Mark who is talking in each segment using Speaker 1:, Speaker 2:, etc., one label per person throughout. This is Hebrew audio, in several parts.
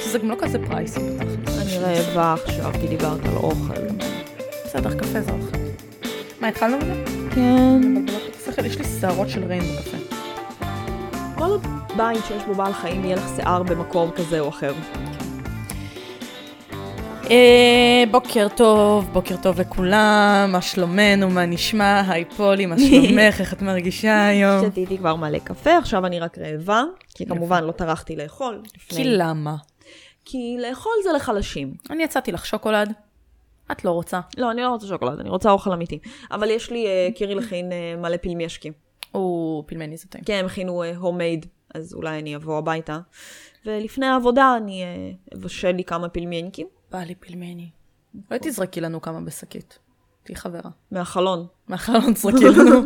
Speaker 1: שזה גם לא כזה פרייסי בתכלס.
Speaker 2: אני רעבה עכשיו, כי דיברת על אוכל.
Speaker 1: בסדר, קפה זה אוכל. מה, התחלנו בזה?
Speaker 2: כן.
Speaker 1: מבלבלות את השכל, יש לי שערות של ריין בקפה.
Speaker 2: כל בית שיש בו בעל חיים יהיה לך שיער במקום כזה או אחר.
Speaker 1: אה, בוקר טוב, בוקר טוב לכולם, מה שלומנו, מה נשמע, היי פולי, מה שלומך, איך את מרגישה היום?
Speaker 2: שתיתי כבר מלא קפה, עכשיו אני רק רעבה, כי כמובן לא טרחתי לאכול.
Speaker 1: כי לא-
Speaker 2: לפני.
Speaker 1: למה?
Speaker 2: כי לאכול זה לחלשים.
Speaker 1: אני יצאתי לך שוקולד, את לא רוצה.
Speaker 2: לא, אני לא רוצה שוקולד, אני רוצה אוכל אמיתי. אבל יש לי, אה, קיריל הכין אה, מלא פילמישקים.
Speaker 1: או, פילמני זה טעים.
Speaker 2: כן, הם הכינו הומייד, אז אולי אני אבוא הביתה. ולפני העבודה אני אה, אבשל לי כמה פילמיינקים
Speaker 1: בא לי פילמני. אולי תזרקי לנו כמה בשקית. תהיי חברה.
Speaker 2: מהחלון.
Speaker 1: מהחלון תזרקי לנו.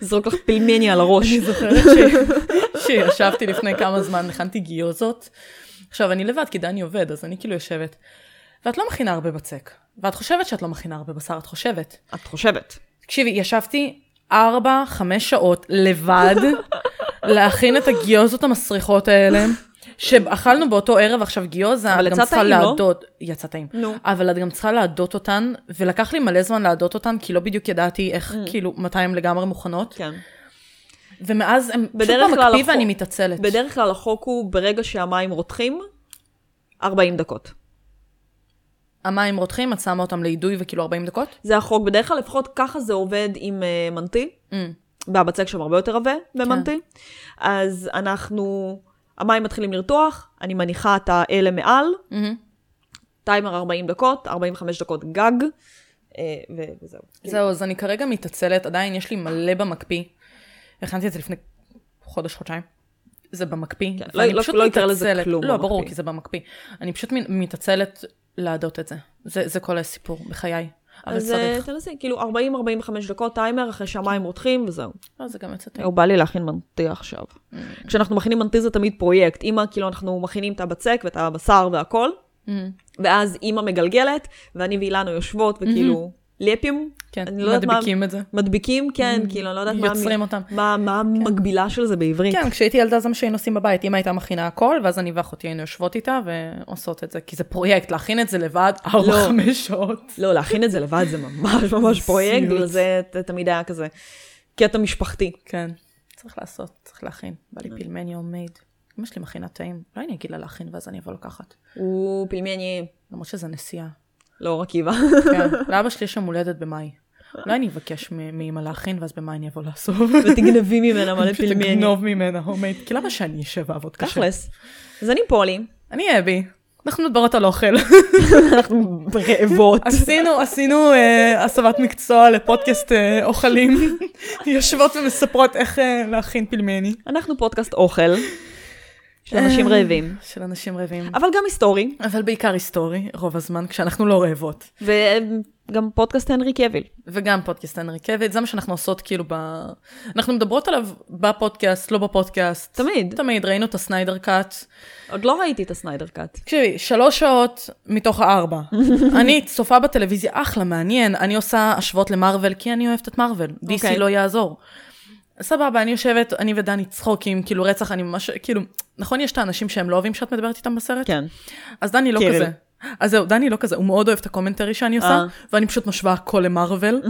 Speaker 2: זרוק לך פילמני על הראש.
Speaker 1: אני זוכרת ש- שישבתי לפני כמה זמן, הכנתי גיוזות. עכשיו, אני לבד, כי דני עובד, אז אני כאילו יושבת. ואת לא מכינה הרבה בצק. ואת חושבת שאת לא מכינה הרבה בשר, את חושבת.
Speaker 2: את חושבת.
Speaker 1: תקשיבי, ישבתי ארבע, חמש שעות לבד להכין את הגיוזות המסריחות האלה. שאכלנו באותו ערב עכשיו גיוזה,
Speaker 2: אבל
Speaker 1: את גם
Speaker 2: יצא
Speaker 1: צריכה
Speaker 2: טעים, לא?
Speaker 1: להדות, יצא טעים,
Speaker 2: נו.
Speaker 1: אבל את גם צריכה להדות אותן, ולקח לי מלא זמן להדות אותן, כי לא בדיוק ידעתי איך,
Speaker 2: Mm.
Speaker 1: כאילו, מתי הן לגמרי מוכנות,
Speaker 2: כן.
Speaker 1: ומאז הן פשוט
Speaker 2: בדרך כלל
Speaker 1: במקפיא
Speaker 2: החוק-
Speaker 1: ואני מתעצלת.
Speaker 2: בדרך כלל החוק הוא ברגע שהמים רותחים, 40 דקות.
Speaker 1: המים רותחים, את שמה אותם לאידוי וכאילו 40 דקות?
Speaker 2: זה החוק, בדרך כלל לפחות ככה זה עובד עם uh, מנטי,
Speaker 1: Mm.
Speaker 2: והבצק שם הרבה יותר עבה במנטי. אז אנחנו, המים מתחילים לרתוח, אני מניחה את האלה מעל,
Speaker 1: מהמם.
Speaker 2: טיימר 40 דקות, 45 דקות גג, אה, ו- וזהו.
Speaker 1: זהו, אז אני כרגע מתעצלת, עדיין יש לי מלא במקפיא. הכנתי את זה לפני חודש, חודשיים. זה במקפיא.
Speaker 2: כן,
Speaker 1: ואני
Speaker 2: לא- לא-
Speaker 1: פשוט
Speaker 2: לא יקרה לזה
Speaker 1: מתעצלת.
Speaker 2: כלום
Speaker 1: לא,
Speaker 2: במקפיא.
Speaker 1: ברור, כי זה במקפיא. אני פשוט מ- מתעצלת להדות את זה. זה זה כל הסיפור, בחיי. אבל
Speaker 2: אז אה,
Speaker 1: צריך.
Speaker 2: תנסי, כאילו 40-45 דקות טיימר אחרי שהמים רותחים וזהו.
Speaker 1: לא, זה גם יצא טעים.
Speaker 2: הוא בא לי להכין מנטי עכשיו.
Speaker 1: Mm.
Speaker 2: כשאנחנו מכינים מנטי זה תמיד פרויקט. אימא, כאילו אנחנו מכינים את הבצק ואת הבשר והכל,
Speaker 1: מהמם.
Speaker 2: ואז אימא מגלגלת, ואני ואילנו יושבות וכאילו לפים.
Speaker 1: כן,
Speaker 2: אני לא יודעת מה-
Speaker 1: מדביקים את זה.
Speaker 2: מדביקים, כן, כאילו, אני לא יודעת מה...
Speaker 1: יוצרים אותם.
Speaker 2: מה- מה המקבילה של זה בעברית.
Speaker 1: כן, כשהייתי ילדה זה מה שהיינו עושים בבית, אמא הייתה מכינה הכל, ואז אני ואחותי היינו יושבות איתה ועושות את זה, כי זה פרויקט, להכין את זה לבד, ארבע,
Speaker 2: לא.
Speaker 1: חמש שעות.
Speaker 2: לא, להכין את זה לבד זה ממש ממש פרויקט,
Speaker 1: סיוט.
Speaker 2: בגלל זה ת- תמיד היה כזה קטע משפחתי.
Speaker 1: כן. צריך לעשות, צריך להכין. בא
Speaker 2: Mm.
Speaker 1: לי פילמני הומייד. אמא שלי מכינה טעים. אולי אני אגיד לה להכין ואז אני אבוא לקחת.
Speaker 2: הוא לא פילמני
Speaker 1: למרות שזה נסיעה.
Speaker 2: לאור עקיבא.
Speaker 1: כן. לאבא שלי יש יום הולדת במאי. אולי אני אבקש מ- מאמא להכין ואז במאי אני אבוא לאסוף.
Speaker 2: ותגנבי ממנה מלא
Speaker 1: פשוט
Speaker 2: פילמני.
Speaker 1: אגנוב ממנה הומייד. כי למה שאני אשב ואעבוד קשה?
Speaker 2: תכלס. אז אני פולי,
Speaker 1: אני אבי. אנחנו מדברות על אוכל.
Speaker 2: אנחנו רעבות.
Speaker 1: עשינו, עשינו אה, הסבת מקצוע לפודקאסט אה, אוכלים. יושבות ומספרות איך אה, להכין פילמני.
Speaker 2: אנחנו פודקאסט אוכל של אנשים רעבים,
Speaker 1: של אנשים רעבים.
Speaker 2: אבל גם היסטורי,
Speaker 1: אבל בעיקר היסטורי, רוב הזמן, כשאנחנו לא רעבות.
Speaker 2: וגם פודקאסט הנרי קביל.
Speaker 1: וגם פודקאסט הנרי קוויד, זה מה שאנחנו עושות כאילו ב... אנחנו מדברות עליו בפודקאסט, לא בפודקאסט.
Speaker 2: תמיד.
Speaker 1: תמיד, ראינו את הסניידר קאט.
Speaker 2: עוד לא ראיתי את הסניידר קאט.
Speaker 1: תקשיבי, שלוש שעות מתוך הארבע. אני צופה בטלוויזיה, אחלה, מעניין, אני עושה השוואות למרוויל, כי אני אוהבת את מרוויל, DC
Speaker 2: אוקיי.
Speaker 1: לא יעזור. סבבה, אני יושבת, אני ודני צחוקים, כאילו רצח, אני ממש, כאילו, נכון, יש את האנשים שהם לא אוהבים שאת מדברת איתם בסרט?
Speaker 2: כן.
Speaker 1: אז דני לא
Speaker 2: קיריל.
Speaker 1: כזה. אז זהו, דני לא כזה, הוא מאוד אוהב את הקומנטרי שאני עושה,
Speaker 2: אה.
Speaker 1: ואני פשוט משווה הכל למרוויל.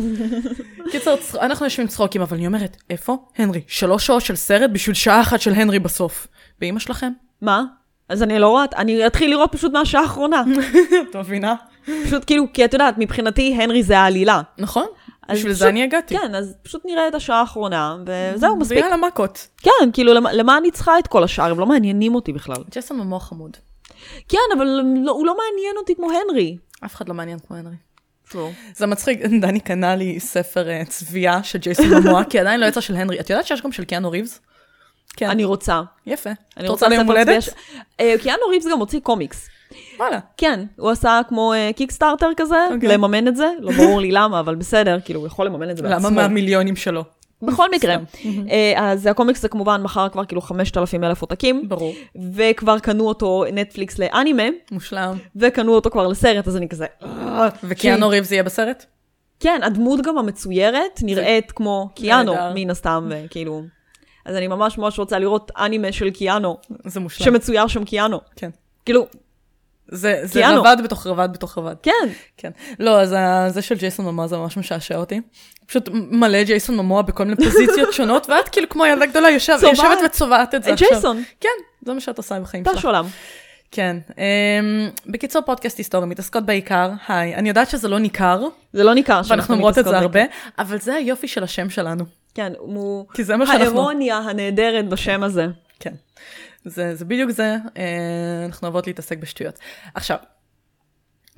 Speaker 1: קיצר, צח- אנחנו יושבים צחוקים, אבל אני אומרת, איפה הנרי? שלוש שעות של סרט בשביל שעה אחת של הנרי בסוף. באמא שלכם?
Speaker 2: מה? אז אני לא רואה, אני אתחיל לראות פשוט מהשעה האחרונה.
Speaker 1: את מבינה?
Speaker 2: פשוט כאילו, כי את יודעת, מבחינתי הנרי זה העלילה.
Speaker 1: נכון?
Speaker 2: אז
Speaker 1: בשביל
Speaker 2: פשוט-
Speaker 1: זה אני הגעתי.
Speaker 2: כן, Mm, אז פשוט נראה את השעה האחרונה, וזהו, מספיק.
Speaker 1: ויאללה מכות.
Speaker 2: כן, כאילו, למה- למה אני צריכה את כל השאר? הם לא מעניינים אותי בכלל.
Speaker 1: ג'סון ממוח חמוד.
Speaker 2: כן, אבל הם לא- הוא לא מעניין אותי כמו הנרי.
Speaker 1: אף אחד לא מעניין כמו הנרי. זה מצחיק, דני קנה לי ספר אה, צביעה של ג'ייסון ממוע, כי עדיין לא יצא של הנרי. את יודעת שיש גם של קיאנו ריבס? כן.
Speaker 2: אני רוצה.
Speaker 1: יפה.
Speaker 2: אני
Speaker 1: את רוצה ליום
Speaker 2: ספר
Speaker 1: הולדת?
Speaker 2: צביעה ש- אה, קיאנו ריבס גם הוציא קומיקס.
Speaker 1: וואלה.
Speaker 2: כן, הוא עשה כמו אה, קיקסטארטר כזה,
Speaker 1: אוקיי.
Speaker 2: לממן את זה, לא ברור לי למה, אבל בסדר, כאילו, הוא יכול לממן את זה בעצמו.
Speaker 1: למה מהמיליונים שלו?
Speaker 2: בכל מקרה. אה, אז הקומיקס זה כמובן מכר כבר כאילו 5,000 אלף עותקים,
Speaker 1: ברור.
Speaker 2: וכבר קנו אותו נטפליקס לאנימה,
Speaker 1: מושלם.
Speaker 2: וקנו אותו כבר לסרט, אז אני כזה... "אה,
Speaker 1: וקיאנו ריבס יהיה בסרט?
Speaker 2: כן, הדמות גם המצוירת נראית כמו קיאנו,
Speaker 1: נהדר.
Speaker 2: מן הסתם, אה, כאילו. וכאילו... אז אני ממש ממש רוצה לראות אנימה של קיאנו,
Speaker 1: זה מושלם.
Speaker 2: שמצויר שם קיאנו.
Speaker 1: כן.
Speaker 2: כאילו,
Speaker 1: זה, זה
Speaker 2: קיאנו.
Speaker 1: רבד בתוך רבד בתוך רבד.
Speaker 2: כן,
Speaker 1: כן. לא, אז ה- זה של ג'ייסון ממואה זה ממש משעשע אותי. פשוט מלא ג'ייסון ממואה בכל מיני פוזיציות שונות, ואת כאילו כמו ילדה גדולה יושב,
Speaker 2: צובעת.
Speaker 1: יושבת וצובעת את זה
Speaker 2: אה,
Speaker 1: עכשיו.
Speaker 2: ג'ייסון,
Speaker 1: כן, זה מה שאת עושה בחיים שלך.
Speaker 2: טש עולם.
Speaker 1: כן. אמ, בקיצור, פודקאסט היסטורי, מתעסקות בעיקר. היי, אני יודעת שזה לא ניכר,
Speaker 2: זה לא ניכר שאנחנו
Speaker 1: ואנחנו אומרות את זה
Speaker 2: מתעסקות
Speaker 1: הרבה, אבל זה היופי של השם שלנו.
Speaker 2: ב- כן, הוא...
Speaker 1: כי זה מה שאנחנו...
Speaker 2: האירוניה הנהדרת בשם הזה.
Speaker 1: כן. זה, זה בדיוק זה, אה, אנחנו אוהבות להתעסק בשטויות. עכשיו,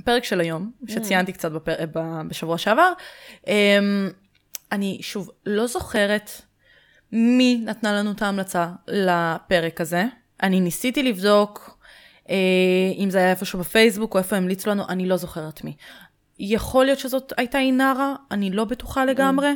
Speaker 1: פרק של היום, שציינתי קצת בפר... אה, ב- בשבוע שעבר, אה, אני שוב לא זוכרת מי נתנה לנו את ההמלצה לפרק הזה. אני ניסיתי לבדוק אה, אם זה היה איפשהו בפייסבוק או איפה המליצו לנו, אני לא זוכרת מי. יכול להיות שזאת הייתה אינרה, אני לא בטוחה לגמרי.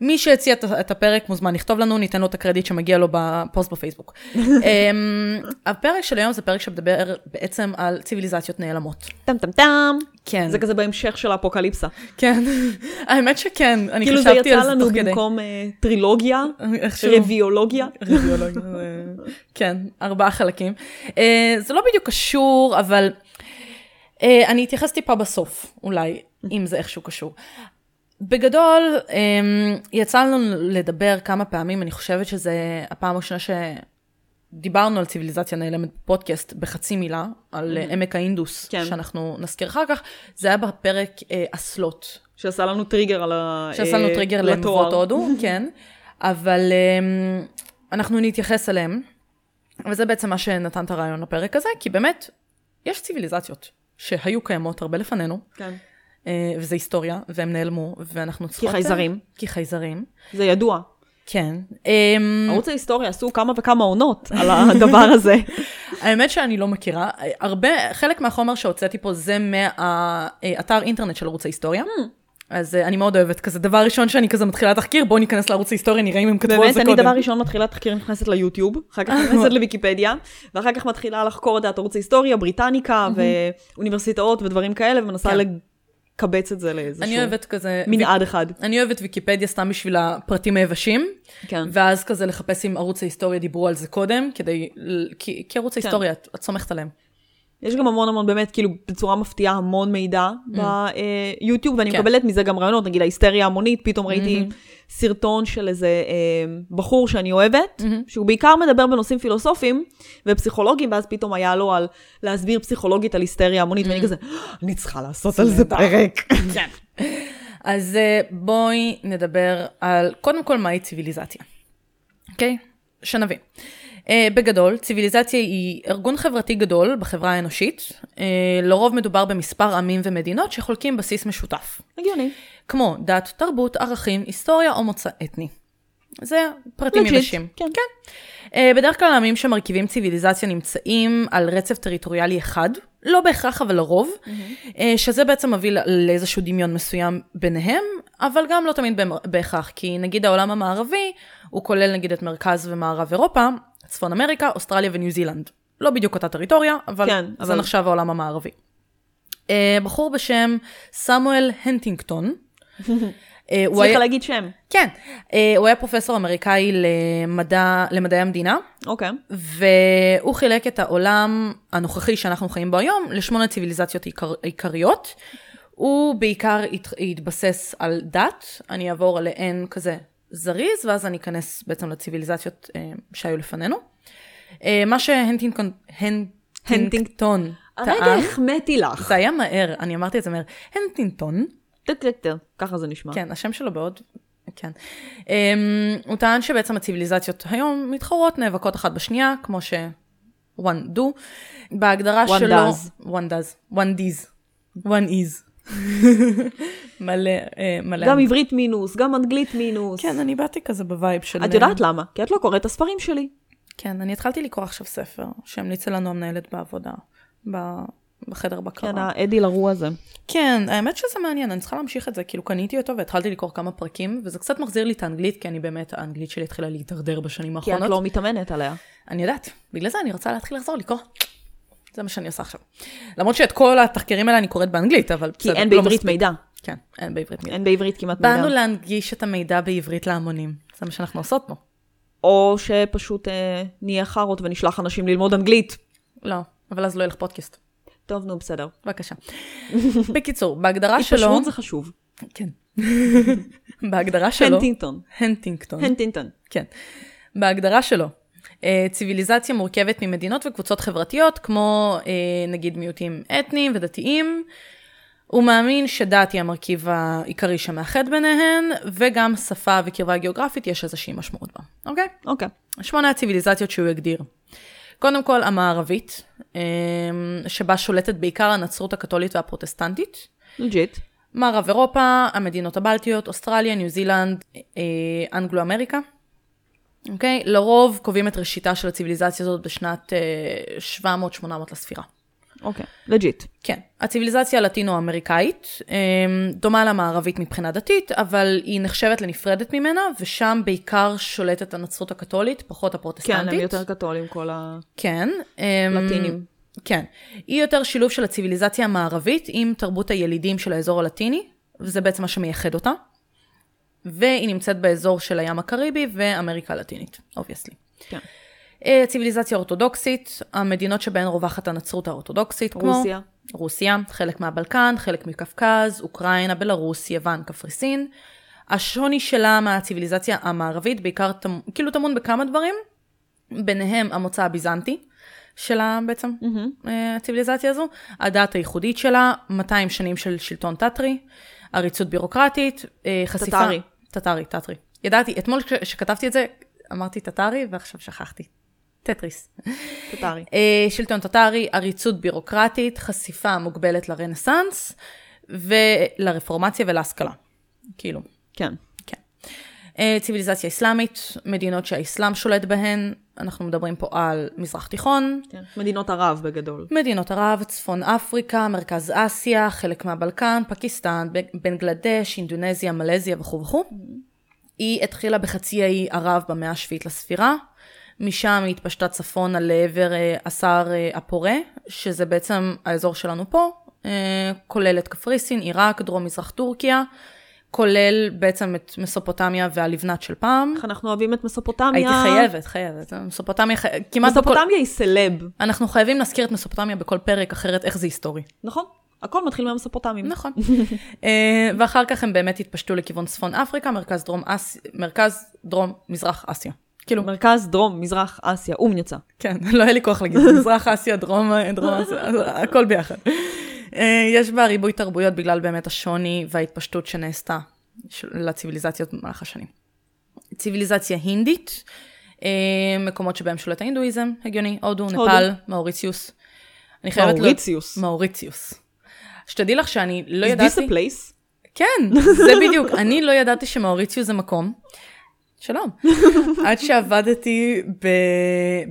Speaker 1: מי שהציע את- את הפרק מוזמן לכתוב לנו, ניתן לו את הקרדיט שמגיע לו בפוסט בפייסבוק. אמ, הפרק של היום זה פרק שמדבר בעצם על ציוויליזציות נעלמות.
Speaker 2: טם טם טם.
Speaker 1: כן.
Speaker 2: זה כזה בהמשך של האפוקליפסה.
Speaker 1: כן. האמת שכן, אני
Speaker 2: כאילו זה
Speaker 1: חשבתי
Speaker 2: יצא
Speaker 1: על זה
Speaker 2: לנו
Speaker 1: תוך כדי.
Speaker 2: במקום אה, טרילוגיה,
Speaker 1: איכשהו-
Speaker 2: רביולוגיה.
Speaker 1: רדיולוגיה, זה- כן, ארבעה חלקים. אה, זה לא בדיוק קשור, אבל אה, אני אתייחס טיפה בסוף, אולי, אם זה איכשהו קשור. בגדול, אה, יצא לנו לדבר כמה פעמים, אני חושבת שזה הפעם הראשונה שדיברנו על ציוויליזציה נעלמת בפודקאסט בחצי מילה, על אה, עמק האינדוס,
Speaker 2: כן.
Speaker 1: שאנחנו נזכיר אחר כך, זה היה בפרק אה, אסלות,
Speaker 2: שעשה לנו טריגר על ה...
Speaker 1: שעשה לנו
Speaker 2: אה,
Speaker 1: טריגר
Speaker 2: לתואר.
Speaker 1: למבואות הודו, כן, אבל אמ, אנחנו נתייחס אליהם. וזה בעצם מה שנתן את הרעיון לפרק הזה, כי באמת, יש ציוויליזציות שהיו קיימות הרבה לפנינו,
Speaker 2: כן.
Speaker 1: אה, וזה היסטוריה, והם נעלמו, ואנחנו צריכות... אה,
Speaker 2: חייזרים.
Speaker 1: כי חייזרים,
Speaker 2: זה ידוע.
Speaker 1: כן. אמ,
Speaker 2: ערוץ ההיסטוריה עשו כמה וכמה עונות על הדבר הזה.
Speaker 1: האמת שאני לא מכירה, הרבה, חלק מהחומר שהוצאתי פה זה מהאתר אינטרנט של ערוץ ההיסטוריה.
Speaker 2: Mm.
Speaker 1: אז אה, אני מאוד אוהבת כזה, דבר ראשון שאני כזה מתחילה תחקיר, בואו ניכנס לערוץ ההיסטוריה, נראה אם הם כתבו על
Speaker 2: באמת,
Speaker 1: זה
Speaker 2: אני
Speaker 1: קודם.
Speaker 2: דבר ראשון מתחילה תחקיר נכנסת ליוטיוב, אחר כך נכנסת לוויקיפדיה, ואחר כך מתחילה לחקור את אתרוץ היסטוריה, בריטניקה ואוניברסיטאות ודברים כאלה, ומנסה
Speaker 1: כן.
Speaker 2: לקבץ את זה לאיזשהו
Speaker 1: אני אוהבת כזה...
Speaker 2: מנעד אחד.
Speaker 1: אני אוהבת ויקיפדיה סתם בשביל הפרטים היבשים,
Speaker 2: כן.
Speaker 1: ואז כזה לחפש אם ערוץ ההיסטוריה דיברו על זה קודם, כדי... ל- כי, כי ערוץ ההיסטוריה, את, את סומכת עליהם.
Speaker 2: יש גם המון המון באמת, כאילו, בצורה מפתיעה המון מידע ביוטיוב, ואני
Speaker 1: כן.
Speaker 2: מקבלת מזה גם רעיונות, נגיד ההיסטריה ההמונית, פתאום ראיתי סרטון של איזה אה, בחור שאני אוהבת, שהוא בעיקר מדבר בנושאים פילוסופיים ופסיכולוגיים, ואז פתאום היה לו על להסביר פסיכולוגית על היסטריה המונית, ואני כזה, "אה, אני צריכה לעשות על זה פרק.
Speaker 1: אז אה, בואי נדבר על, קודם כל, מהי ציוויליזציה, אוקיי? שנבין. אה, בגדול, ציוויליזציה היא ארגון חברתי גדול בחברה האנושית. אה, לרוב מדובר במספר עמים ומדינות שחולקים בסיס משותף.
Speaker 2: הגיוני.
Speaker 1: כמו דת, תרבות, ערכים, היסטוריה או מוצא אתני. זה פרטים
Speaker 2: Legit,
Speaker 1: יבשים.
Speaker 2: כן.
Speaker 1: אה, בדרך כלל העמים שמרכיבים ציוויליזציה נמצאים על רצף טריטוריאלי אחד, לא בהכרח אבל לרוב,
Speaker 2: Mm-hmm.
Speaker 1: אה, שזה בעצם מביא לא- לאיזשהו דמיון מסוים ביניהם, אבל גם לא תמיד במ- בהכרח, כי נגיד העולם המערבי, הוא כולל נגיד את מרכז ומערב אירופה, צפון אמריקה, אוסטרליה וניו זילנד. לא בדיוק אותה טריטוריה, אבל
Speaker 2: כן,
Speaker 1: זה
Speaker 2: אבל-
Speaker 1: נחשב העולם המערבי. אה, בחור בשם סמואל הנטינגטון, אה, הוא היה...
Speaker 2: צריך להגיד שם.
Speaker 1: כן, אה, הוא היה פרופסור אמריקאי למדע, למדעי המדינה,
Speaker 2: אוקיי.
Speaker 1: והוא חילק את העולם הנוכחי שאנחנו חיים בו היום לשמונה ציוויליזציות עיקר, עיקריות. הוא בעיקר הת, התבסס על דת, אני אעבור עליהן כזה זריז, ואז אני אכנס בעצם לציוויליזציות אה, שהיו לפנינו. אה, מה שהנטינגטון הנטינגטון
Speaker 2: הרגע
Speaker 1: טען,
Speaker 2: החמאתי לך.
Speaker 1: זה היה מהר, אני אמרתי את זה מהר, הנטינגטון
Speaker 2: טק טק טק, ככה זה נשמע.
Speaker 1: כן, השם שלו בעוד, כן. Um, הוא טען שבעצם הציוויליזציות היום מתחרות, נאבקות אחת בשנייה, כמו ש... one do. בהגדרה
Speaker 2: One
Speaker 1: שלו...
Speaker 2: does.
Speaker 1: one does. one does. one is. מלא, אה, מלא.
Speaker 2: גם עברית מינוס, גם אנגלית מינוס.
Speaker 1: כן, אני באתי כזה בווייב של...
Speaker 2: את יודעת למה? כי את לא קוראת את הספרים שלי.
Speaker 1: כן, אני התחלתי לקרוא עכשיו ספר שהמליצה לנו המנהלת בעבודה, ב- בחדר בקרה.
Speaker 2: כן, האדי לרוע הזה.
Speaker 1: כן, האמת שזה מעניין, אני צריכה להמשיך את זה, כאילו קניתי אותו והתחלתי לקרוא כמה פרקים, וזה קצת מחזיר לי את האנגלית, כי אני באמת, האנגלית שלי התחילה להידרדר בשנים
Speaker 2: כי
Speaker 1: האחרונות.
Speaker 2: את לא מתאמנת עליה.
Speaker 1: אני יודעת, בגלל זה אני רוצה להתחיל לחזור לקרוא. זה מה שאני עושה עכשיו. למרות שאת כל התחקירים האלה אני קוראת באנגלית, אבל
Speaker 2: כי
Speaker 1: בסדר,
Speaker 2: אין
Speaker 1: לא
Speaker 2: בעברית
Speaker 1: מספיק.
Speaker 2: מידע.
Speaker 1: כן, אין בעברית מידע.
Speaker 2: אין בעברית כמעט
Speaker 1: באנו
Speaker 2: מידע.
Speaker 1: להנגיש את המידע בעברית להמונים, זה מה שאנחנו עושות פה.
Speaker 2: או שפשוט אה, נהיה חארות ונשלח אנשים ללמוד אנגלית.
Speaker 1: לא, אבל אז לא יהיה לך פודקאסט.
Speaker 2: טוב, נו, בסדר.
Speaker 1: בבקשה. בקיצור, בהגדרה שלו...
Speaker 2: התפשרות זה חשוב.
Speaker 1: כן. בהגדרה שלו...
Speaker 2: הנטינגטון.
Speaker 1: הנטינגטון.
Speaker 2: הנטינגטון.
Speaker 1: כן. בהגדרה שלו, אה, ציוויליזציה מורכבת ממדינות וקבוצות חברתיות, כמו אה, נגיד מיעוטים אתניים ודתיים. הוא מאמין שדת היא המרכיב העיקרי שמאחד ביניהן, וגם שפה וקרבה גיאוגרפית יש איזושהי משמעות בה, אוקיי?
Speaker 2: אוקיי.
Speaker 1: שמונה הציוויליזציות שהוא הגדיר. קודם כל המערבית, אה, שבה שולטת בעיקר הנצרות הקתולית והפרוטסטנטית.
Speaker 2: לג'יט.
Speaker 1: מערב אירופה, המדינות הבלטיות, אוסטרליה, ניו זילנד, אה, אנגלו אמריקה. אוקיי? לרוב קובעים את ראשיתה של הציוויליזציה הזאת בשנת אה, 700-800 לספירה.
Speaker 2: אוקיי. לג'יט.
Speaker 1: כן. הציוויליזציה הלטינו-אמריקאית אה, דומה למערבית מבחינה דתית, אבל היא נחשבת לנפרדת ממנה, ושם בעיקר שולטת הנצרות הקתולית, פחות הפרוטסטנטית.
Speaker 2: כן, הם יותר קתולים כל ה...
Speaker 1: כן. אמ,
Speaker 2: לטינים.
Speaker 1: כן. היא יותר שילוב של הציוויליזציה המערבית עם תרבות הילידים של האזור הלטיני, וזה בעצם מה שמייחד אותה. והיא נמצאת באזור של הים הקריבי ואמריקה הלטינית, אובייסלי.
Speaker 2: כן.
Speaker 1: ציוויליזציה אורתודוקסית, המדינות שבהן רווחת הנצרות האורתודוקסית, כמו...
Speaker 2: רוסיה.
Speaker 1: רוסיה, חלק מהבלקן, חלק מקווקז, אוקראינה, בלרוס, יוון, קפריסין. השוני שלה מהציוויליזציה המערבית בעיקר, טמ... כאילו טמון בכמה דברים, ביניהם המוצא הביזנטי שלה בעצם, mm-hmm. הציוויליזציה הזו, הדת הייחודית שלה, 200 שנים של שלטון טטרי, עריצות בירוקרטית, אה, חשיפה...
Speaker 2: טטרי.
Speaker 1: טטרי, טטרי. ידעתי, אתמול כשכתבתי את זה, אמרתי טטרי ועכשיו שכחתי. טטריס.
Speaker 2: טטרי.
Speaker 1: אה, שלטון טטרי, עריצות בירוקרטית, חשיפה מוגבלת לרנסאנס ולרפורמציה ולהשכלה. כאילו,
Speaker 2: כן.
Speaker 1: כן. אה, ציוויליזציה אסלאמית, מדינות שהאסלאם שולט בהן, אנחנו מדברים פה על מזרח תיכון,
Speaker 2: כן. מדינות ערב בגדול.
Speaker 1: מדינות ערב, צפון אפריקה, מרכז אסיה, חלק מהבלקן, פקיסטן, ב- בנגלדש, אינדונזיה, מלזיה וכו' וכו'. היא התחילה בחצי האי ערב במאה השביעית לספירה. משם היא התפשטה צפונה לעבר אה, הסהר אה, הפורה, שזה בעצם האזור שלנו פה, אה, כולל את קפריסין, עיראק, דרום-מזרח טורקיה, כולל בעצם את מסופוטמיה והלבנת של פעם.
Speaker 2: איך אנחנו אוהבים את מסופוטמיה.
Speaker 1: הייתי חייבת, חייבת. מסופוטמיה, חי- כמעט בכל...
Speaker 2: מסופוטמיה היא סלב.
Speaker 1: אנחנו חייבים להזכיר את מסופוטמיה בכל פרק, אחרת איך זה היסטורי.
Speaker 2: נכון. הכל מתחיל מהמסופוטמים.
Speaker 1: נכון. אה, ואחר כך הם באמת התפשטו לכיוון צפון אפריקה, מרכז דרום אס... מרכז דרום מזרח אסיה. כאילו,
Speaker 2: מרכז, דרום, מזרח, אסיה, אום יצא.
Speaker 1: כן, לא היה לי כוח להגיד, מזרח אסיה, דרום, דרום אסיה, אז הכל ביחד. אה, יש בה ריבוי תרבויות בגלל באמת השוני וההתפשטות שנעשתה של- לציוויליזציות במהלך השנים. ציוויליזציה הינדית, אה, מקומות שבהם שולט ההינדואיזם, הגיוני, הודו, נפאל, מאוריציוס. אני חייבת ל-
Speaker 2: מאוריציוס.
Speaker 1: מאוריציוס. שתדעי לך שאני לא
Speaker 2: Is this
Speaker 1: ידעתי...
Speaker 2: a place?
Speaker 1: כן, זה בדיוק. אני לא ידעתי שמאוריציו זה מקום. שלום. עד שעבדתי ב...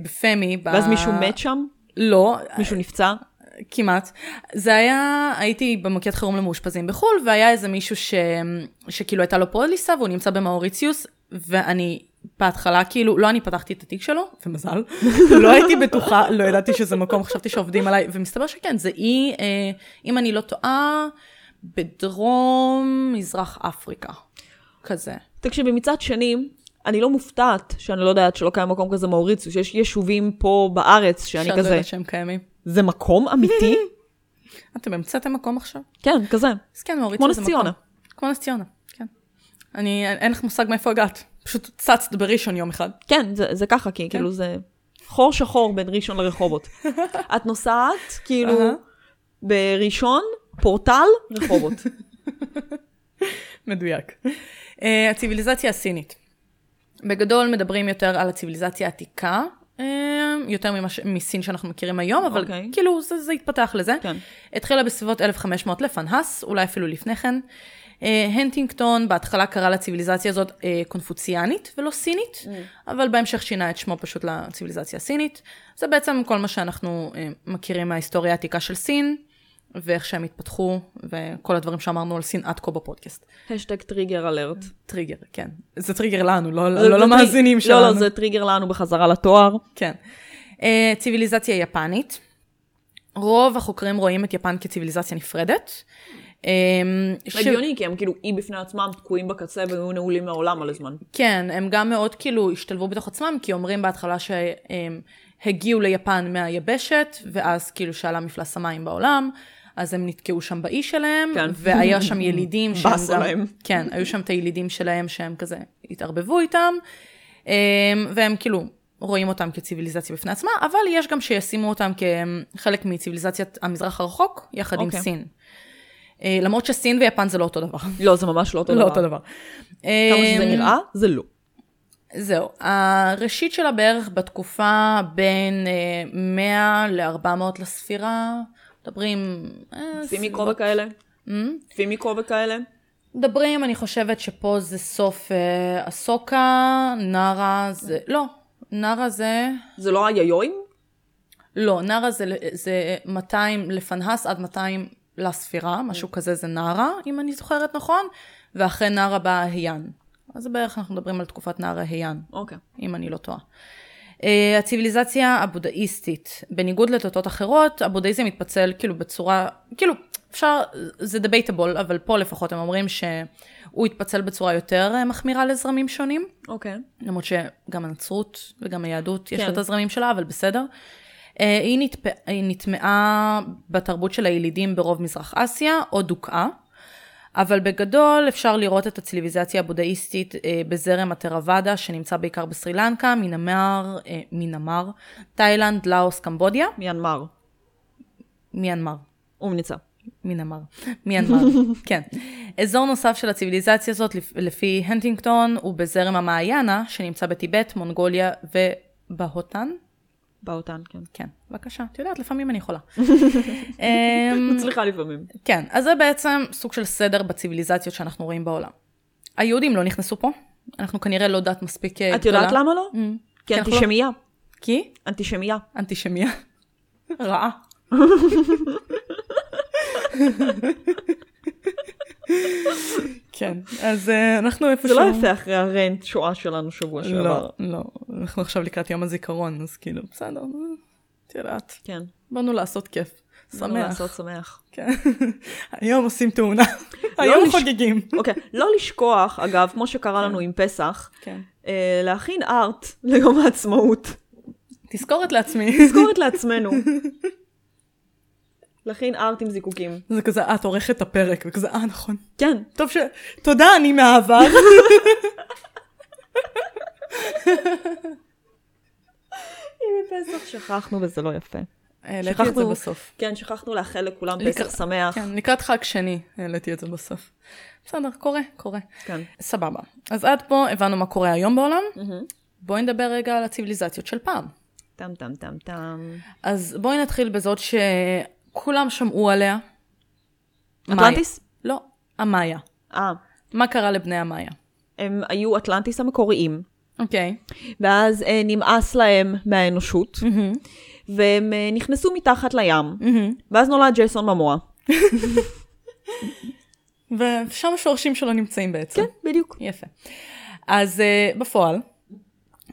Speaker 1: בפמי. ב-
Speaker 2: ואז מישהו מת שם?
Speaker 1: לא,
Speaker 2: מישהו נפצע?
Speaker 1: כמעט. זה היה, הייתי במוקד חירום למאושפזים בחו"ל, והיה איזה מישהו ש... שכאילו הייתה לו פוליסה והוא נמצא במאוריציוס, ואני בהתחלה כאילו, לא אני פתחתי את התיק שלו, ומזל, לא הייתי בטוחה, לא ידעתי שזה מקום, חשבתי שעובדים עליי, ומסתבר שכן, זה אי, אה, אם אני לא טועה, בדרום מזרח אפריקה, כזה.
Speaker 2: תקשיבי, מצד שני, אני לא מופתעת שאני לא יודעת שלא קיים מקום כזה מאוריציוס, שיש יישובים פה בארץ שאני
Speaker 1: שאת לא
Speaker 2: כזה,
Speaker 1: יודעת שהם קיימים.
Speaker 2: זה מקום אמיתי?
Speaker 1: אתם המצאתם מקום עכשיו?
Speaker 2: כן, כזה.
Speaker 1: אז כן, מאוריציו
Speaker 2: כמו
Speaker 1: זה
Speaker 2: נס
Speaker 1: מקום.
Speaker 2: ציונה.
Speaker 1: כמו נס ציונה, כן. אני, אין- אין לך מושג מאיפה הגעת. פשוט צצת בראשון יום אחד.
Speaker 2: כן, זה, זה ככה, כי כאילו זה חור שחור בין ראשון לרחובות. את נוסעת, כאילו,
Speaker 1: אהה.
Speaker 2: בראשון, פורטל, רחובות.
Speaker 1: מדויק. אה, הציוויליזציה הסינית. בגדול מדברים יותר על הציוויליזציה העתיקה, אה, יותר ממש, מסין שאנחנו מכירים היום, אבל
Speaker 2: אוקיי.
Speaker 1: כאילו זה, זה התפתח לזה.
Speaker 2: כן.
Speaker 1: התחילה בסביבות 1500 לפנהס, אולי אפילו לפני כן. אה, הנטינגטון בהתחלה קרא לציוויליזציה הזאת אה, קונפוציאנית ולא סינית,
Speaker 2: Mm.
Speaker 1: אבל בהמשך שינה את שמו פשוט לציוויליזציה הסינית. זה בעצם כל מה שאנחנו אה, מכירים מההיסטוריה העתיקה של סין, ואיך שהם התפתחו, וכל הדברים שאמרנו על סין עד כה בפודקאסט.
Speaker 2: השטג טריגר אלרט.
Speaker 1: טריגר, כן. זה טריגר לנו, לא,
Speaker 2: זה-
Speaker 1: לא
Speaker 2: זה
Speaker 1: למאזינים
Speaker 2: טריג-
Speaker 1: שלנו.
Speaker 2: לא, לא, זה טריגר לנו בחזרה לתואר.
Speaker 1: כן. אה, ציוויליזציה יפנית. רוב החוקרים רואים את יפן כציוויליזציה נפרדת. אה, ש-
Speaker 2: הגיוני, כי הם כאילו אי בפני עצמם, תקועים בקצה והיו נעולים מהעולם על הזמן.
Speaker 1: כן, הם גם מאוד כאילו השתלבו בתוך עצמם, כי אומרים בהתחלה שהם הגיעו ליפן מהיבשת, ואז כאילו שעלה מפלס המים בעולם, אז הם נתקעו שם באי שלהם,
Speaker 2: כן.
Speaker 1: והיה שם ילידים שהם
Speaker 2: באסה להם.
Speaker 1: כן, היו שם את הילידים שלהם שהם כזה התערבבו איתם, אמ, והם כאילו רואים אותם כציוויליזציה בפני עצמה, אבל יש גם שישימו אותם כחלק מציוויליזציית המזרח הרחוק, יחד עם
Speaker 2: אוקיי.
Speaker 1: סין. אה, למרות שסין ויפן זה לא אותו דבר.
Speaker 2: לא, זה ממש לא אותו דבר.
Speaker 1: לא אותו דבר. אמ,
Speaker 2: כמה שזה נראה, זה לא.
Speaker 1: זהו, הראשית שלה בערך בתקופה בין אה, 100 ל-400 לספירה, מדברים... אה,
Speaker 2: פימיקו
Speaker 1: סביבות-
Speaker 2: וכאלה?
Speaker 1: אמ?
Speaker 2: פימיקו וכאלה?
Speaker 1: מדברים, אני חושבת שפה זה סוף אה, אסוקה, נארה זה... לא, נארה זה...
Speaker 2: זה לא היויואים?
Speaker 1: לא, נארה זה, זה 200 לפנהס עד 200 לספירה, משהו כזה זה נארה, אם אני זוכרת נכון, ואחרי נארה בא החיין. אז בערך אנחנו מדברים על תקופת נארה החיין.
Speaker 2: אוקיי.
Speaker 1: אם אני לא טועה. אה, הציוויליזציה הבודהיסטית, בניגוד לדתות אחרות, הבודהיזם מתפצל כאילו בצורה, כאילו, אפשר, זה debatable, אבל פה לפחות הם אומרים שהוא התפצל בצורה יותר אה, מחמירה לזרמים שונים,
Speaker 2: אוקיי.
Speaker 1: למרות שגם הנצרות וגם היהדות יש לה
Speaker 2: כן.
Speaker 1: את הזרמים שלה, אבל בסדר. אה, היא, נטפ... היא נטמעה בתרבות של הילידים ברוב מזרח אסיה, או דוכאה. אבל בגדול אפשר לראות את הציוויליזציה הבודהיסטית אה, בזרם הטרוואדה שנמצא בעיקר בסרי לנקה, מנמר, אה, מנמר, תאילנד, לאוס, קמבודיה,
Speaker 2: מיינמר.
Speaker 1: מיינמר.
Speaker 2: אומניצה.
Speaker 1: מינמר, מיינמר, כן. אזור נוסף של הציוויליזציה הזאת, לפ- לפי הנטינגטון, הוא בזרם המעיינה, שנמצא בטיבט, מונגוליה ובהוטן.
Speaker 2: באותן, כן.
Speaker 1: כן, בבקשה. את יודעת, לפעמים אני יכולה. אמ,
Speaker 2: מצליחה לפעמים.
Speaker 1: כן, אז זה בעצם סוג של סדר בציוויליזציות שאנחנו רואים בעולם. היהודים לא נכנסו פה, אנחנו כנראה לא דת מספיק אה, גדולה.
Speaker 2: את יודעת למה לא? כי
Speaker 1: כי אנחנו לא-
Speaker 2: אנטישמיה.
Speaker 1: כי?
Speaker 2: אנטישמיה.
Speaker 1: אנטישמיה. רעה. כן, אז אה, אנחנו איפשהו...
Speaker 2: זה לא יפה אחרי הרנט שואה שלנו שבוע שעבר.
Speaker 1: לא, לא. אנחנו עכשיו לקראת יום הזיכרון, אז כאילו, בסדר, את יודעת.
Speaker 2: כן.
Speaker 1: באנו לעשות כיף.
Speaker 2: באנו
Speaker 1: שמח.
Speaker 2: לעשות שמח.
Speaker 1: כן. היום עושים תאונה. היום
Speaker 2: לש-
Speaker 1: חוגגים.
Speaker 2: אוקיי, לא לשכוח, אגב, כמו שקרה לנו עם פסח,
Speaker 1: כן.
Speaker 2: אה, להכין ארט ליום העצמאות.
Speaker 1: תזכורת לעצמי.
Speaker 2: תזכורת לעצמנו. להכין ארט עם זיקוקים.
Speaker 1: זה כזה, אה, את עורכת את הפרק, וכזה, אה, נכון.
Speaker 2: כן.
Speaker 1: טוב ש... תודה, אני מהעבר.
Speaker 2: פסח שכחנו וזה לא יפה.
Speaker 1: העליתי אה, את זה
Speaker 2: שכחנו-
Speaker 1: בסוף.
Speaker 2: כן, שכחנו לאחל לכולם
Speaker 1: לקראת-
Speaker 2: פסח שמח.
Speaker 1: כן, לקראת חג שני העליתי את זה בסוף. בסדר, קורה, קורה.
Speaker 2: כן.
Speaker 1: סבבה. אז עד פה הבנו מה קורה היום בעולם.
Speaker 2: מהמם.
Speaker 1: בואי נדבר רגע על הציוויליזציות של פעם.
Speaker 2: טם טם טם טם.
Speaker 1: אז בואי נתחיל בזאת שכולם שמעו עליה.
Speaker 2: אטלנטיס?
Speaker 1: מאיה. לא, המאיה.
Speaker 2: אה.
Speaker 1: מה קרה לבני המאיה?
Speaker 2: הם היו אטלנטיס המקוריים,
Speaker 1: אוקיי.
Speaker 2: ואז אה, נמאס להם מהאנושות, והם אה, נכנסו מתחת לים, ואז נולד ג'ייסון ממואה.
Speaker 1: ושם השורשים שלו נמצאים בעצם.
Speaker 2: כן, בדיוק.
Speaker 1: יפה. אז uh, בפועל,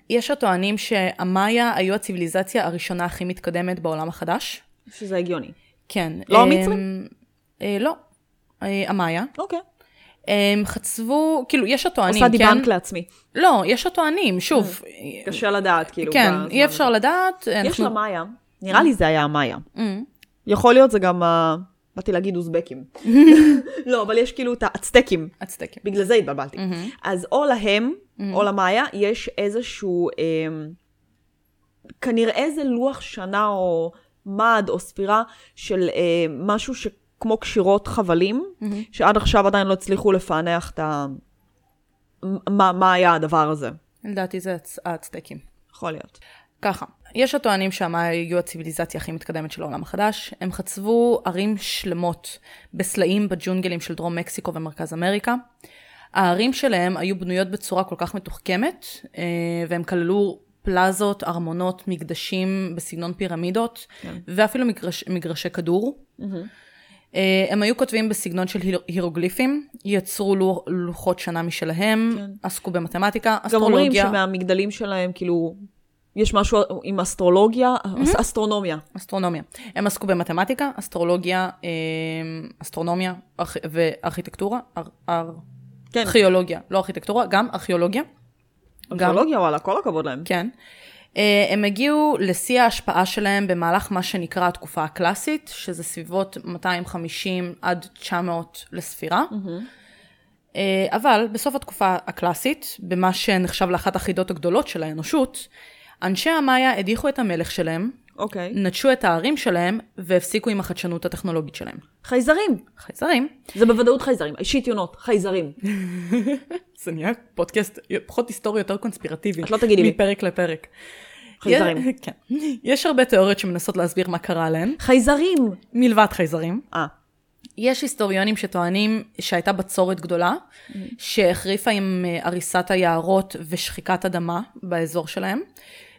Speaker 1: יש הטוענים שהמאיה היו הציוויליזציה הראשונה הכי מתקדמת בעולם החדש.
Speaker 2: שזה הגיוני.
Speaker 1: כן.
Speaker 2: לא
Speaker 1: אה,
Speaker 2: המצרים?
Speaker 1: אה, לא, אה, המאיה.
Speaker 2: אוקיי.
Speaker 1: הם חצבו, כאילו, יש הטוענים, כן?
Speaker 2: עושה דיבנק לעצמי.
Speaker 1: לא, יש הטוענים, שוב. אה,
Speaker 2: קשה לדעת, כאילו.
Speaker 1: כן,
Speaker 2: בזמן
Speaker 1: אי אפשר
Speaker 2: הזה.
Speaker 1: לדעת.
Speaker 2: יש לה מאיה. נראה לי זה היה המאיה.
Speaker 1: מאיה.
Speaker 2: יכול להיות זה גם ה... באתי להגיד אוזבקים. לא, אבל יש כאילו את האצטקים.
Speaker 1: הצדקים.
Speaker 2: בגלל זה התבלבלתי. אז או להם, או למאיה, יש איזשהו... אמ, כנראה זה לוח שנה או מד או ספירה של אה, משהו שכמו קשירות חבלים, שעד עכשיו עדיין לא הצליחו לפענח את ה... מ- מה, מה היה הדבר הזה.
Speaker 1: לדעתי זה הצ- הצדקים.
Speaker 2: יכול להיות.
Speaker 1: ככה, יש הטוענים שהמאיה היו הציוויליזציה הכי מתקדמת של העולם החדש. הם חצבו ערים שלמות בסלעים בג'ונגלים של דרום מקסיקו ומרכז אמריקה. הערים שלהם היו בנויות בצורה כל כך מתוחכמת, אה, והם כללו פלזות, ארמונות, מקדשים בסגנון פירמידות,
Speaker 2: כן.
Speaker 1: ואפילו מגרש, מגרשי כדור. אה, הם היו כותבים בסגנון של היר- הירוגליפים, יצרו לוח- לוחות שנה משלהם, עסקו במתמטיקה,
Speaker 2: כן. גם אומרים
Speaker 1: אסטרולוגיה,
Speaker 2: שמהמגדלים שלהם, כאילו, יש משהו עם אסטרולוגיה, אס- אסטרונומיה.
Speaker 1: אסטרונומיה. הם עסקו במתמטיקה, אסטרולוגיה, אמ, אסטרונומיה ארכ... וארכיטקטורה, אר... אר...
Speaker 2: כן.
Speaker 1: ארכיאולוגיה, לא ארכיטקטורה, גם ארכיאולוגיה,
Speaker 2: אסטרולוגיה, וואלה, כל הכבוד להם.
Speaker 1: כן. אה, הם הגיעו לשיא ההשפעה שלהם במהלך מה שנקרא התקופה הקלאסית, שזה סביבות 250 עד 900 לספירה. אה, אבל בסוף התקופה הקלאסית, במה שנחשב לאחת החידות הגדולות של האנושות, אנשי המאיה הדיחו את המלך שלהם,
Speaker 2: אוקיי.
Speaker 1: נטשו את הערים שלהם, והפסיקו עם החדשנות הטכנולוגית שלהם.
Speaker 2: חייזרים.
Speaker 1: חייזרים.
Speaker 2: זה בוודאות חייזרים. אישית יונות, חייזרים.
Speaker 1: זה נהיה פודקאסט פחות היסטורי, יותר קונספירטיבי.
Speaker 2: את לא תגידי לי.
Speaker 1: מפרק לפרק.
Speaker 2: חייזרים.
Speaker 1: יש- כן. יש הרבה תיאוריות שמנסות להסביר מה קרה להן,
Speaker 2: חייזרים!
Speaker 1: מלבד חייזרים.
Speaker 2: אה,
Speaker 1: יש היסטוריונים שטוענים שהייתה בצורת גדולה, שהחריפה עם אה, הריסת היערות ושחיקת אדמה באזור שלהם,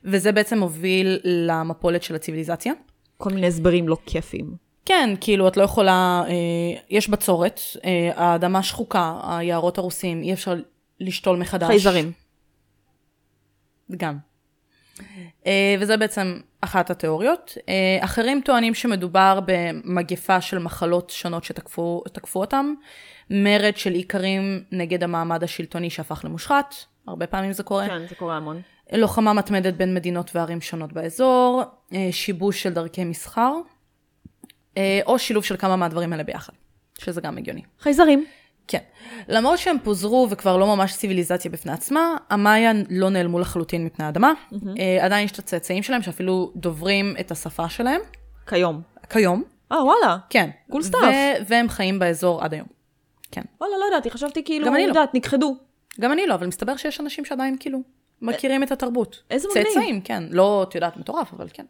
Speaker 1: וזה בעצם הוביל למפולת של הציוויליזציה.
Speaker 2: כל מיני הסברים לא כיפיים.
Speaker 1: כן, כאילו, את לא יכולה, אה, יש בצורת, אה, האדמה שחוקה, היערות הרוסים, אי אפשר לשתול מחדש.
Speaker 2: חייזרים.
Speaker 1: אה. גם. אה, וזה בעצם אחת התיאוריות. אה, אחרים טוענים שמדובר במגפה של מחלות שונות שתקפו תקפו אותם, מרד של איכרים נגד המעמד השלטוני שהפך למושחת, הרבה פעמים זה קורה.
Speaker 2: כן, זה קורה המון.
Speaker 1: לוחמה מתמדת בין מדינות וערים שונות באזור, אה, שיבוש של דרכי מסחר, אה, או שילוב של כמה מהדברים האלה ביחד, שזה גם הגיוני.
Speaker 2: חייזרים.
Speaker 1: כן. למרות שהם פוזרו וכבר לא ממש ציוויליזציה בפני עצמה, המאיה לא נעלמו לחלוטין מפני האדמה. אה, עדיין יש את הצאצאים שלהם שאפילו דוברים את השפה שלהם,
Speaker 2: כיום.
Speaker 1: כיום.
Speaker 2: אה, וואלה.
Speaker 1: כן.
Speaker 2: Cool stuff.
Speaker 1: ו- והם חיים באזור עד היום. כן.
Speaker 2: וואלה, לא ידעתי, חשבתי כאילו,
Speaker 1: גם אני לא.
Speaker 2: יודעת, נכחדו.
Speaker 1: גם אני לא, אבל מסתבר שיש אנשים שעדיין כאילו מכירים את התרבות.
Speaker 2: איזה מגניב.
Speaker 1: צאצאים, כן. לא, את יודעת, מטורף, אבל כן.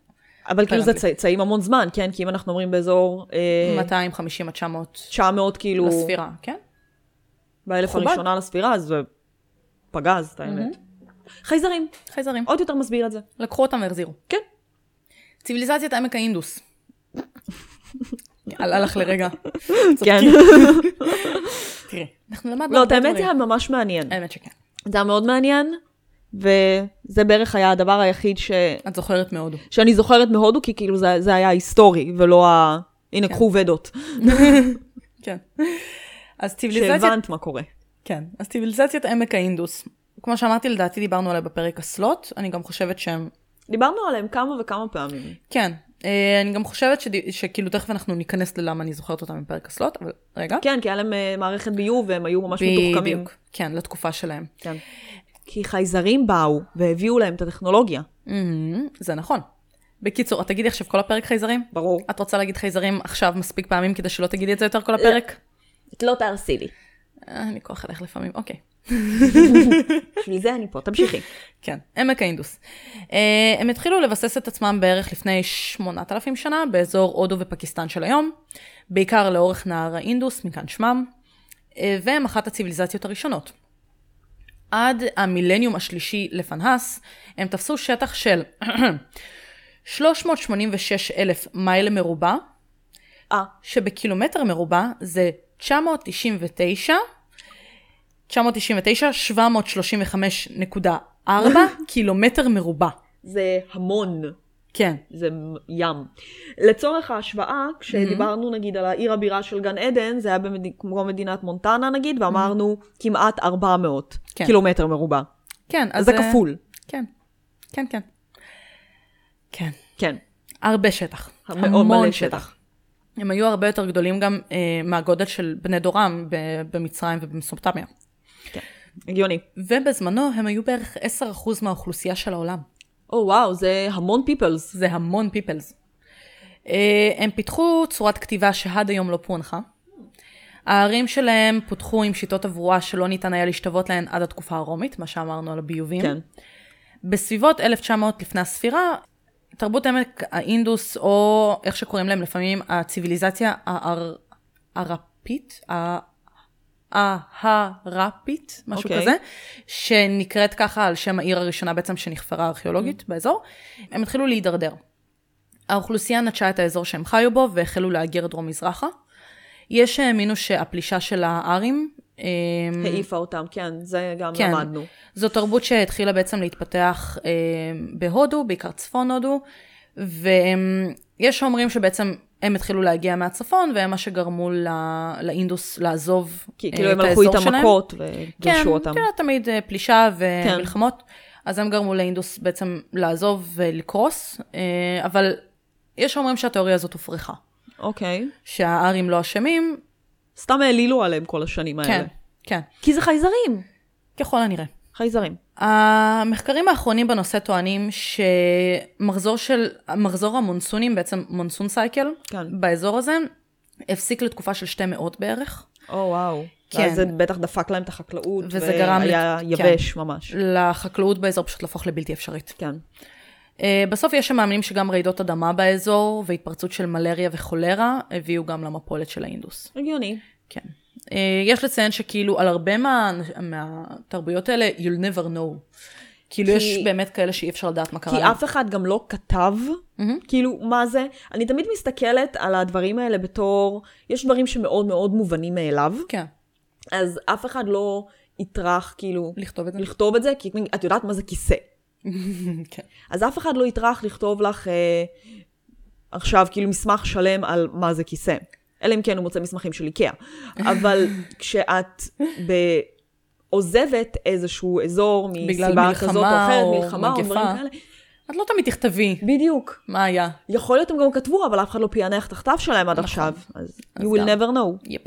Speaker 2: אבל כאילו זה
Speaker 1: Apparently.
Speaker 2: צאצאים המון זמן, כן? כי אם אנחנו אומרים באזור אה,
Speaker 1: 250 עד 900
Speaker 2: 900, כאילו,
Speaker 1: לספירה, כן?
Speaker 2: באלף
Speaker 1: מכובד.
Speaker 2: הראשונה לספירה, אז זה פגז, את האמת. חייזרים,
Speaker 1: חייזרים.
Speaker 2: עוד יותר מסביר את זה.
Speaker 1: לקחו אותם והחזירו.
Speaker 2: כן.
Speaker 1: ציוויליזציית עמק האינדוס. יאללה, הלך לרגע.
Speaker 2: כן.
Speaker 1: תראי, אנחנו למדנו...
Speaker 2: לא, את
Speaker 1: הרבה
Speaker 2: האמת זה
Speaker 1: דברים.
Speaker 2: היה ממש מעניין.
Speaker 1: האמת שכן.
Speaker 2: זה היה מאוד מעניין, וזה בערך היה הדבר היחיד ש...
Speaker 1: את זוכרת מהודו.
Speaker 2: שאני זוכרת מהודו, כי כאילו זה, זה היה היסטורי, ולא ה... הנה, קחו ודות.
Speaker 1: כן. אז ציוויליזציית...
Speaker 2: שהבנת מה קורה.
Speaker 1: כן. אז ציוויליזציית עמק האינדוס. כמו שאמרתי, לדעתי דיברנו עליה בפרק הסלוט. אני גם חושבת שהם...
Speaker 2: דיברנו עליהם כמה וכמה פעמים.
Speaker 1: כן. אה, אני גם חושבת שד- שכאילו תכף אנחנו ניכנס ללמה אני זוכרת אותם מפרק הסלוט, אבל רגע.
Speaker 2: כן, כי היה להם אה, מערכת ביוב, והם היו ממש מתוחכמים.
Speaker 1: בדיוק. כן, לתקופה שלהם.
Speaker 2: כן. כי חייזרים באו והביאו להם את הטכנולוגיה.
Speaker 1: מהמם, זה נכון. בקיצור, את תגידי עכשיו כל הפרק חייזרים?
Speaker 2: ברור.
Speaker 1: את רוצה להגיד חייזרים עכשיו מספיק פעמים כדי שלא תגידי את זה יותר כל הפרק?
Speaker 2: את לא תהרסי לי.
Speaker 1: אה, אני כוח עליך לפעמים, אוקיי.
Speaker 2: בשביל זה אני פה, תמשיכי.
Speaker 1: כן, עמק האינדוס. אה, הם התחילו לבסס את עצמם בערך לפני 8,000 שנה באזור הודו ופקיסטן של היום, בעיקר לאורך נהר האינדוס, מכאן שמם, אה, והם אחת הציוויליזציות הראשונות. עד המילניום השלישי לפנהס, הם תפסו שטח של 386 אלף מייל מרובע,
Speaker 2: אה,
Speaker 1: שבקילומטר מרובע זה 999, 999, 735.4 קילומטר מרובע.
Speaker 2: זה המון.
Speaker 1: כן.
Speaker 2: זה ים. לצורך ההשוואה, כשדיברנו
Speaker 1: Mm-hmm.
Speaker 2: נגיד על העיר הבירה של גן עדן, זה היה במד... כמו מדינת מונטנה נגיד, ואמרנו כמעט 400
Speaker 1: Mm-hmm. כן.
Speaker 2: קילומטר מרובע.
Speaker 1: כן,
Speaker 2: אז
Speaker 1: אז...
Speaker 2: זה
Speaker 1: אה,
Speaker 2: כפול.
Speaker 1: כן. כן, כן. כן.
Speaker 2: כן.
Speaker 1: הרבה שטח.
Speaker 2: מאוד מלא שטח.
Speaker 1: הם היו הרבה יותר גדולים גם אה, מהגודל של בני דורם ב- במצרים ובמסופטמיה.
Speaker 2: הגיוני.
Speaker 1: ובזמנו הם היו בערך 10% מהאוכלוסייה של העולם.
Speaker 2: או וואו, זה המון פיפלס.
Speaker 1: זה המון פיפלס. אה, הם פיתחו צורת כתיבה שעד היום לא פוענחה. הערים שלהם פותחו עם שיטות תברואה שלא ניתן היה להשתוות להן עד התקופה הרומית, מה שאמרנו על הביובים.
Speaker 2: כן.
Speaker 1: בסביבות 1900 לפני הספירה, תרבות עמק האינדוס, או איך שקוראים להם לפעמים, הציוויליזציה האר- הערפית, ה- ההרפית, משהו okay.
Speaker 2: אוקיי.
Speaker 1: כזה, שנקראת ככה על שם העיר הראשונה בעצם שנחפרה ארכיאולוגית mm. באזור, הם התחילו להידרדר. האוכלוסייה נטשה את האזור שהם חיו בו והחלו להגר דרום-מזרחה. יש שהאמינו שהפלישה של הארים, אה,
Speaker 2: העיפה אותם, כן, זה גם
Speaker 1: כן.
Speaker 2: למדנו.
Speaker 1: זו תרבות שהתחילה בעצם להתפתח אה, בהודו, בעיקר צפון הודו, ויש שאומרים שבעצם הם התחילו להגיע מהצפון, והם מה שגרמו ל... לאינדוס לעזוב
Speaker 2: כי
Speaker 1: אה,
Speaker 2: כאילו הם
Speaker 1: את
Speaker 2: הלכו
Speaker 1: האזור
Speaker 2: איתם
Speaker 1: שלהם.
Speaker 2: מכות
Speaker 1: כן,
Speaker 2: ודרשו אותם.
Speaker 1: כן, תמיד אה, פלישה ומלחמות. אז הם גרמו לאינדוס בעצם לעזוב ולקרוס, אה, אבל יש שאומרים שהתיאוריה הזאת הופרכה.
Speaker 2: אוקיי.
Speaker 1: שהארים לא אשמים,
Speaker 2: סתם העלילו עליהם כל השנים האלה.
Speaker 1: כן, כן,
Speaker 2: כי זה חייזרים.
Speaker 1: ככל הנראה.
Speaker 2: חייזרים.
Speaker 1: המחקרים האחרונים בנושא טוענים שמחזור של, מחזור המונסונים, בעצם מונסון סייקל,
Speaker 2: כן.
Speaker 1: באזור הזה, הפסיק לתקופה של שתי מאות בערך.
Speaker 2: או וואו.
Speaker 1: כן.
Speaker 2: כן. אז זה בטח דפק להם את החקלאות,
Speaker 1: וזה גרם
Speaker 2: והיה
Speaker 1: לת- כן.
Speaker 2: יבש ממש.
Speaker 1: לחקלאות באזור פשוט להפוך לבלתי אפשרית.
Speaker 2: כן.
Speaker 1: אה, בסוף יש שמאמינים שגם רעידות אדמה באזור והתפרצות של מלריה וחולרה הביאו גם למפולת של האינדוס.
Speaker 2: הגיוני.
Speaker 1: כן. אה, יש לציין שכאילו על הרבה מה, מהתרבויות האלה, you'll never know. כאילו
Speaker 2: כי-
Speaker 1: יש באמת כאלה שאי אפשר לדעת מה קרה.
Speaker 2: כי
Speaker 1: להם.
Speaker 2: אף אחד גם לא כתב, כאילו, מה זה. אני תמיד מסתכלת על הדברים האלה בתור, יש דברים שמאוד מאוד מובנים מאליו,
Speaker 1: כן,
Speaker 2: אז אף אחד לא יטרח, כאילו,
Speaker 1: לכתוב את זה.
Speaker 2: לכתוב את זה, כי את יודעת מה זה כיסא.
Speaker 1: כן.
Speaker 2: אז אף אחד לא יטרח לכתוב לך אה, עכשיו כאילו מסמך שלם על מה זה כיסא. אלא אם כן הוא מוצא מסמכים של איקאה. אבל כשאת ב... עוזבת איזשהו אזור מסיבה
Speaker 1: מלחמה
Speaker 2: כזאת או אחרת,
Speaker 1: או
Speaker 2: מלחמה או דברים
Speaker 1: מגפה.
Speaker 2: כאלה.
Speaker 1: את לא תמיד תכתבי
Speaker 2: בדיוק.
Speaker 1: מה היה.
Speaker 2: יכול להיות הם גם כתבו, אבל אף אחד לא פענח את הכתב שלהם עד עכשיו. אז you will
Speaker 1: נכון. גם.
Speaker 2: never know.
Speaker 1: יפ.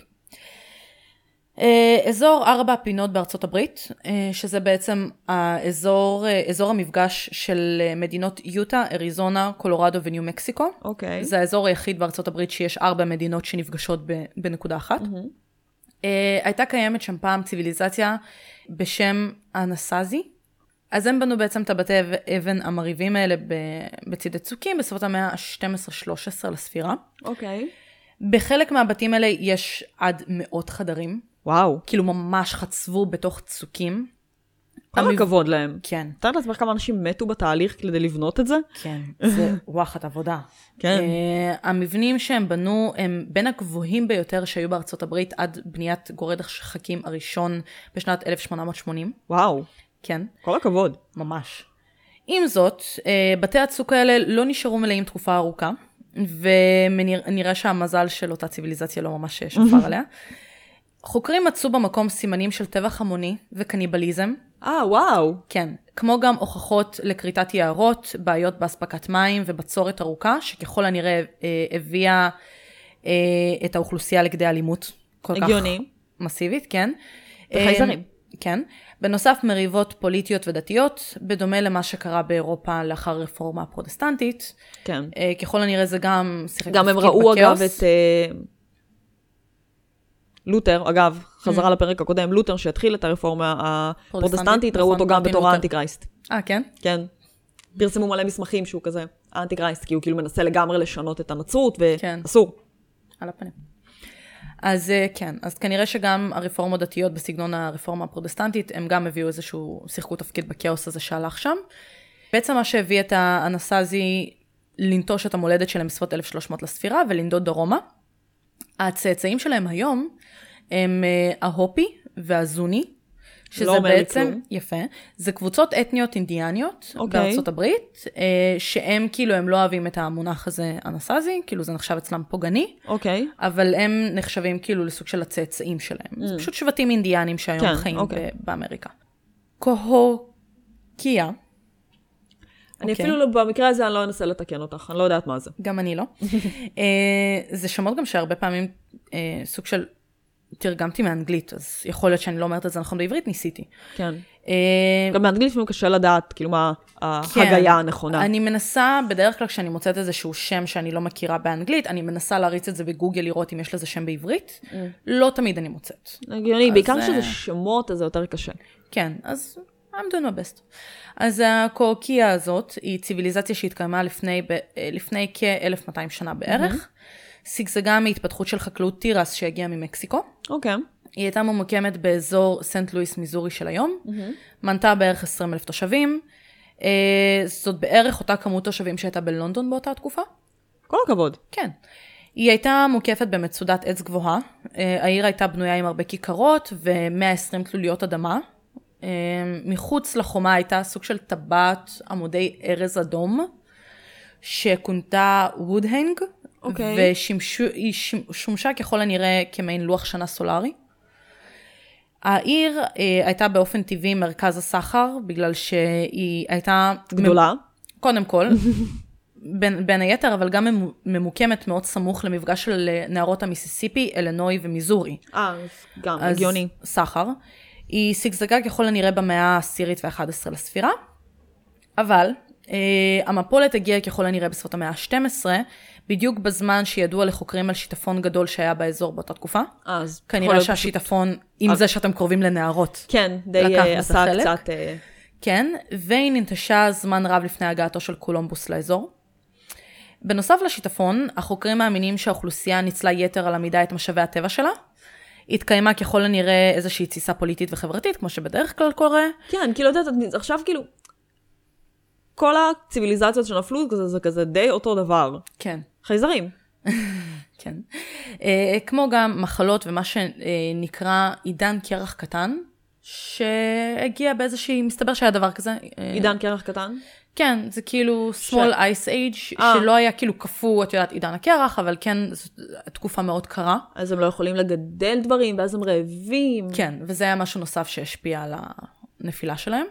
Speaker 1: אה, אזור ארבע הפינות בארצות הברית, אה, שזה בעצם האזור, אה, אזור המפגש של אה, מדינות יוטה, אריזונה, קולורדו וניו מקסיקו.
Speaker 2: אוקיי.
Speaker 1: זה האזור היחיד בארצות הברית שיש ארבע מדינות שנפגשות ב, בנקודה אחת. Uh, הייתה קיימת שם פעם ציוויליזציה בשם אנסאזי. אז הם בנו בעצם את הבתי אב- אבן המרהיבים האלה ב- בצד הצוקים בסביבות המאה ה-12-13 לספירה.
Speaker 2: אוקיי.
Speaker 1: בחלק מהבתים האלה יש עד מאות חדרים,
Speaker 2: וואו.
Speaker 1: כאילו ממש חצבו בתוך צוקים.
Speaker 2: כל הכבוד להם.
Speaker 1: כן,
Speaker 2: את יודעת לעצמך כמה אנשים מתו בתהליך כדי לבנות את זה?
Speaker 1: כן, זה וואחת עבודה.
Speaker 2: כן.
Speaker 1: Uh, המבנים שהם בנו הם בין הגבוהים ביותר שהיו בארצות הברית עד בניית גורד השחקים הראשון בשנת 1880.
Speaker 2: וואו.
Speaker 1: כן,
Speaker 2: כל הכבוד.
Speaker 1: ממש. עם זאת, אה, בתי הצוק האלה לא נשארו מלאים תקופה ארוכה, ונראה שהמזל של אותה ציוויליזציה לא ממש שפר עליה. חוקרים מצאו במקום סימנים של טבח המוני וקניבליזם,
Speaker 2: אה, וואו.
Speaker 1: כן, כמו גם הוכחות לכריתת יערות, בעיות באספקת מים ובצורת ארוכה, שככל הנראה אה, הביאה אה, את האוכלוסייה לכדי אלימות כל
Speaker 2: הגיוני.
Speaker 1: כך מסיבית, כן.
Speaker 2: וחייזרים.
Speaker 1: אה, כן. בנוסף, מריבות פוליטיות ודתיות, בדומה למה שקרה באירופה לאחר הרפורמה הפרוטסטנטית.
Speaker 2: כן.
Speaker 1: אה, ככל הנראה זה גם שיחק
Speaker 2: גם הם
Speaker 1: תפקיד
Speaker 2: ראו אגב
Speaker 1: בכאוס.
Speaker 2: את אה, לותר,
Speaker 1: Mm.
Speaker 2: אגב, חזרה לפרק הקודם, לותר שהתחיל את הרפורמה הפרוטסטנטית, ראו
Speaker 1: נכון,
Speaker 2: אותו גם
Speaker 1: מרטין
Speaker 2: בתור
Speaker 1: לותר.
Speaker 2: האנטיקרייסט.
Speaker 1: אה, כן?
Speaker 2: כן. פרסמו מלא מסמכים שהוא כזה האנטיקרייסט, כי הוא כאילו מנסה לגמרי לשנות את הנצרות,
Speaker 1: כן.
Speaker 2: ואסור.
Speaker 1: על הפנים. אז אה, כן, אז כנראה שגם הרפורמות דתיות בסגנון הרפורמה הפרוטסטנטית, הם גם הביאו איזשהו, שיחקו תפקיד בכאוס הזה שהלך שם. בעצם מה שהביא את האנסאזי לנטוש את המולדת שלהם בסביבות 1300 לספירה ולנדוד דרומה. הצאצאים שלהם היום הם אה, ההופי והזוני, שזה
Speaker 2: לא אומר לי
Speaker 1: בעצם,
Speaker 2: כלום.
Speaker 1: יפה, זה קבוצות אתניות אינדיאניות okay.
Speaker 2: אוקיי.
Speaker 1: בארצות הברית, אה, שהם כאילו, הם לא אוהבים את המונח הזה אנסאזי, כאילו זה נחשב אצלם פוגעני.
Speaker 2: אוקיי.
Speaker 1: אבל הם נחשבים כאילו לסוג של הצאצאים שלהם. Mm. זה פשוט שבטים אינדיאנים שהיום
Speaker 2: כן,
Speaker 1: כן, חיים
Speaker 2: אוקיי.
Speaker 1: okay. באמריקה. קוהוקיה,
Speaker 2: אני
Speaker 1: אוקיי.
Speaker 2: אפילו לא, במקרה הזה אני לא אנסה לתקן אותך, אני לא יודעת מה זה.
Speaker 1: גם אני לא, אה, זה שמות גם שהרבה פעמים אה, סוג של תרגמתי מאנגלית, אז יכול להיות שאני לא אומרת את זה נכון בעברית, ניסיתי.
Speaker 2: כן.
Speaker 1: אה,
Speaker 2: גם באנגלית לפעמים קשה לדעת, כאילו, מה
Speaker 1: כן.
Speaker 2: ההגייה הנכונה.
Speaker 1: אני מנסה, בדרך כלל כשאני מוצאת איזשהו שם שאני לא מכירה באנגלית, אני מנסה להריץ את זה בגוגל לראות אם יש לזה שם בעברית.
Speaker 2: Mm.
Speaker 1: לא תמיד אני מוצאת.
Speaker 2: הגיוני, בעיקר
Speaker 1: אה,
Speaker 2: כשזה שמות, אז זה יותר קשה.
Speaker 1: כן, אז I'm doing my best. אז הקורקיה הזאת היא ציוויליזציה שהתקיימה לפני, ב- אה, לפני כ-1200 שנה בערך. Mm-hmm. שגשגה מהתפתחות של חקלאות תירס שהגיעה ממקסיקו.
Speaker 2: אוקיי.
Speaker 1: היא הייתה ממוקמת באזור סנט לואיס מיזורי של היום. Mm-hmm. מנתה בערך 20 אלף תושבים. אה, זאת בערך אותה כמות תושבים שהייתה בלונדון באותה תקופה.
Speaker 2: כל הכבוד.
Speaker 1: כן. היא הייתה מוקפת במצודת עץ גבוהה. אה, העיר הייתה בנויה עם הרבה כיכרות ו-120 תלוליות אדמה. אה, מחוץ לחומה הייתה סוג של טבעת עמודי ארז אדום, שכונתה וודהנג,
Speaker 2: אוקיי.
Speaker 1: והיא שמשה ככל הנראה כמעין לוח שנה סולארי. העיר אה, הייתה באופן טבעי מרכז הסחר, בגלל שהיא הייתה...
Speaker 2: גדולה.
Speaker 1: קודם כל, בין, בין היתר, אבל גם ממ- ממוקמת מאוד סמוך למפגש של אה, נהרות המיסיסיפי, אלינוי ומיזורי.
Speaker 2: אה, אז גם,
Speaker 1: אז
Speaker 2: הגיוני.
Speaker 1: סחר. היא שגשגה ככל הנראה במאה העשירית וה-11 לספירה, אבל אה, המפולת הגיעה ככל הנראה בסביבות המאה ה-12, בדיוק בזמן שידוע לחוקרים על שיטפון גדול שהיה באזור באותה תקופה.
Speaker 2: אז יכול
Speaker 1: כנראה
Speaker 2: להיות- אה,
Speaker 1: שהשיטפון, עם
Speaker 2: אז-
Speaker 1: זה שאתם קרובים לנהרות.
Speaker 2: כן, די
Speaker 1: לקח
Speaker 2: אה,
Speaker 1: בזה
Speaker 2: עשה
Speaker 1: חלק.
Speaker 2: קצת... אה,
Speaker 1: כן, והיא ננטשה זמן רב לפני הגעתו של קולומבוס לאזור. בנוסף לשיטפון, החוקרים מאמינים שהאוכלוסייה ניצלה יתר על המידה את משאבי הטבע שלה. התקיימה ככל הנראה איזושהי תסיסה פוליטית וחברתית, כמו שבדרך כלל קורה.
Speaker 2: כן, כאילו, את יודעת, את- עכשיו כאילו... כל הציוויליזציות שנפלו זה, זה כזה די אותו דבר.
Speaker 1: כן.
Speaker 2: חייזרים.
Speaker 1: כן. אה, כמו גם מחלות ומה שנקרא עידן קרח קטן, שהגיע באיזושהי, מסתבר שהיה דבר כזה. אה,
Speaker 2: עידן קרח קטן.
Speaker 1: כן, זה כאילו small ice age,
Speaker 2: אה.
Speaker 1: שלא היה כאילו קפוא, את יודעת, עידן הקרח, אבל כן, זו תקופה מאוד קרה.
Speaker 2: אז הם לא יכולים לגדל דברים, ואז הם רעבים.
Speaker 1: כן, וזה היה משהו נוסף שהשפיע על הנפילה שלהם.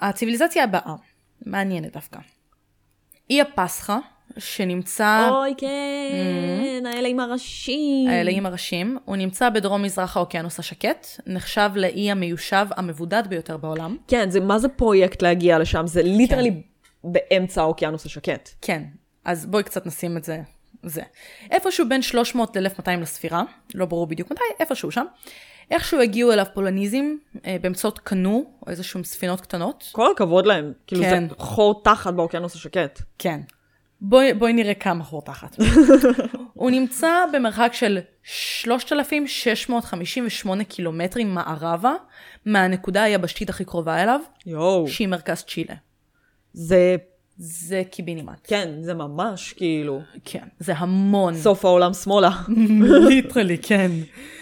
Speaker 1: הציוויליזציה הבאה, מעניינת דווקא. אי הפסחא, שנמצא,
Speaker 2: אוי, כן, האלה עם הראשים.
Speaker 1: האלאים הראשים, הוא נמצא בדרום מזרח האוקיינוס השקט, נחשב לאי המיושב המבודד ביותר בעולם.
Speaker 2: כן, זה מה זה פרויקט להגיע לשם? זה ליטרלי באמצע האוקיינוס השקט.
Speaker 1: כן, אז בואי קצת נשים את זה. זה. איפשהו בין 300 ל-1200 לספירה, לא ברור בדיוק מתי, איפשהו שם. איכשהו הגיעו אליו פולניזם אה, באמצעות קנו, או איזשהם ספינות קטנות.
Speaker 2: כל הכבוד להם. כאילו,
Speaker 1: כן.
Speaker 2: זה חור תחת באוקיינוס השקט.
Speaker 1: כן. בואי, בואי נראה כמה חור תחת. הוא נמצא במרחק של 3,658 קילומטרים מערבה מהנקודה היבשתית הכי קרובה אליו,
Speaker 2: יואו.
Speaker 1: שהיא מרכז צ'ילה.
Speaker 2: זה,
Speaker 1: זה קיבינימט.
Speaker 2: כן, זה ממש כאילו,
Speaker 1: כן. זה המון.
Speaker 2: סוף העולם שמאלה.
Speaker 1: ליטרלי, כן.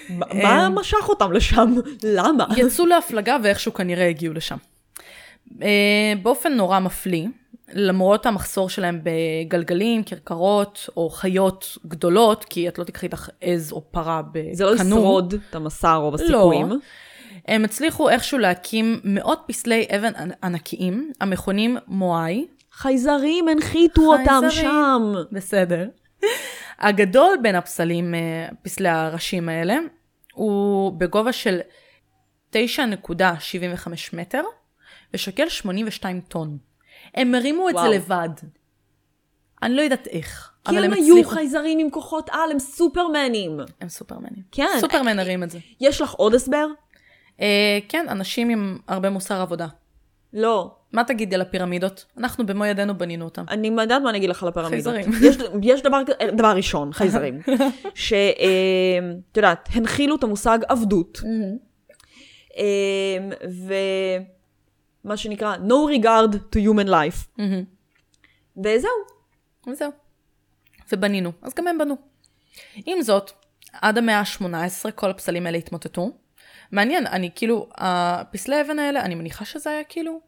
Speaker 2: מה- מה
Speaker 1: אה.
Speaker 2: משך אותם לשם? למה?
Speaker 1: יצאו להפלגה ואיכשהו כנראה הגיעו לשם. אה, באופן נורא מפליא, למרות המחסור שלהם בגלגלים, כרכרות או חיות גדולות, כי את לא תיקחי איתך עז או פרה בקנו.
Speaker 2: זה לא ישרוד את המסע רוב הסיכויים.
Speaker 1: לא. הם הצליחו איכשהו להקים מאות פסלי אבן ענ- ענקיים, המכונים מואי.
Speaker 2: חייזרים הנחיתו אותם
Speaker 1: חייזרים.
Speaker 2: שם.
Speaker 1: בסדר. הגדול בין הפסלים, אה, פסלי הראשים האלה, הוא בגובה של 9.75 מטר, ושוקל 82 טון. הם הרימו את
Speaker 2: וואו.
Speaker 1: זה לבד. אני לא יודעת איך,
Speaker 2: כי
Speaker 1: אבל
Speaker 2: הם
Speaker 1: הם
Speaker 2: היו
Speaker 1: הצליחו.
Speaker 2: חייזרים עם כוחות על, הם סופרמנים.
Speaker 1: הם סופרמנים.
Speaker 2: כן.
Speaker 1: סופרמן הרים את זה.
Speaker 2: יש לך עוד הסבר?
Speaker 1: אה, כן, אנשים עם הרבה מוסר עבודה.
Speaker 2: לא. מה?
Speaker 1: מה תגידי על הפירמידות? אנחנו במו ידינו בנינו אותם.
Speaker 2: אני יודעת מה אני אגיד לך על הפירמידות.
Speaker 1: חייזרים.
Speaker 2: יש, יש דבר כזה, דבר ראשון, חייזרים. שאת יודעת, הנחילו את המושג עבדות.
Speaker 1: Mm-hmm.
Speaker 2: אה, ומה שנקרא, no regard to human life.
Speaker 1: מהמם. Mm-hmm.
Speaker 2: וזהו.
Speaker 1: וזהו. ובנינו, אז גם הם בנו. עם זאת, עד המאה ה-18 כל הפסלים האלה התמוטטו. מעניין, אני כאילו, הפסלי אבן האלה, אני מניחה שזה היה כאילו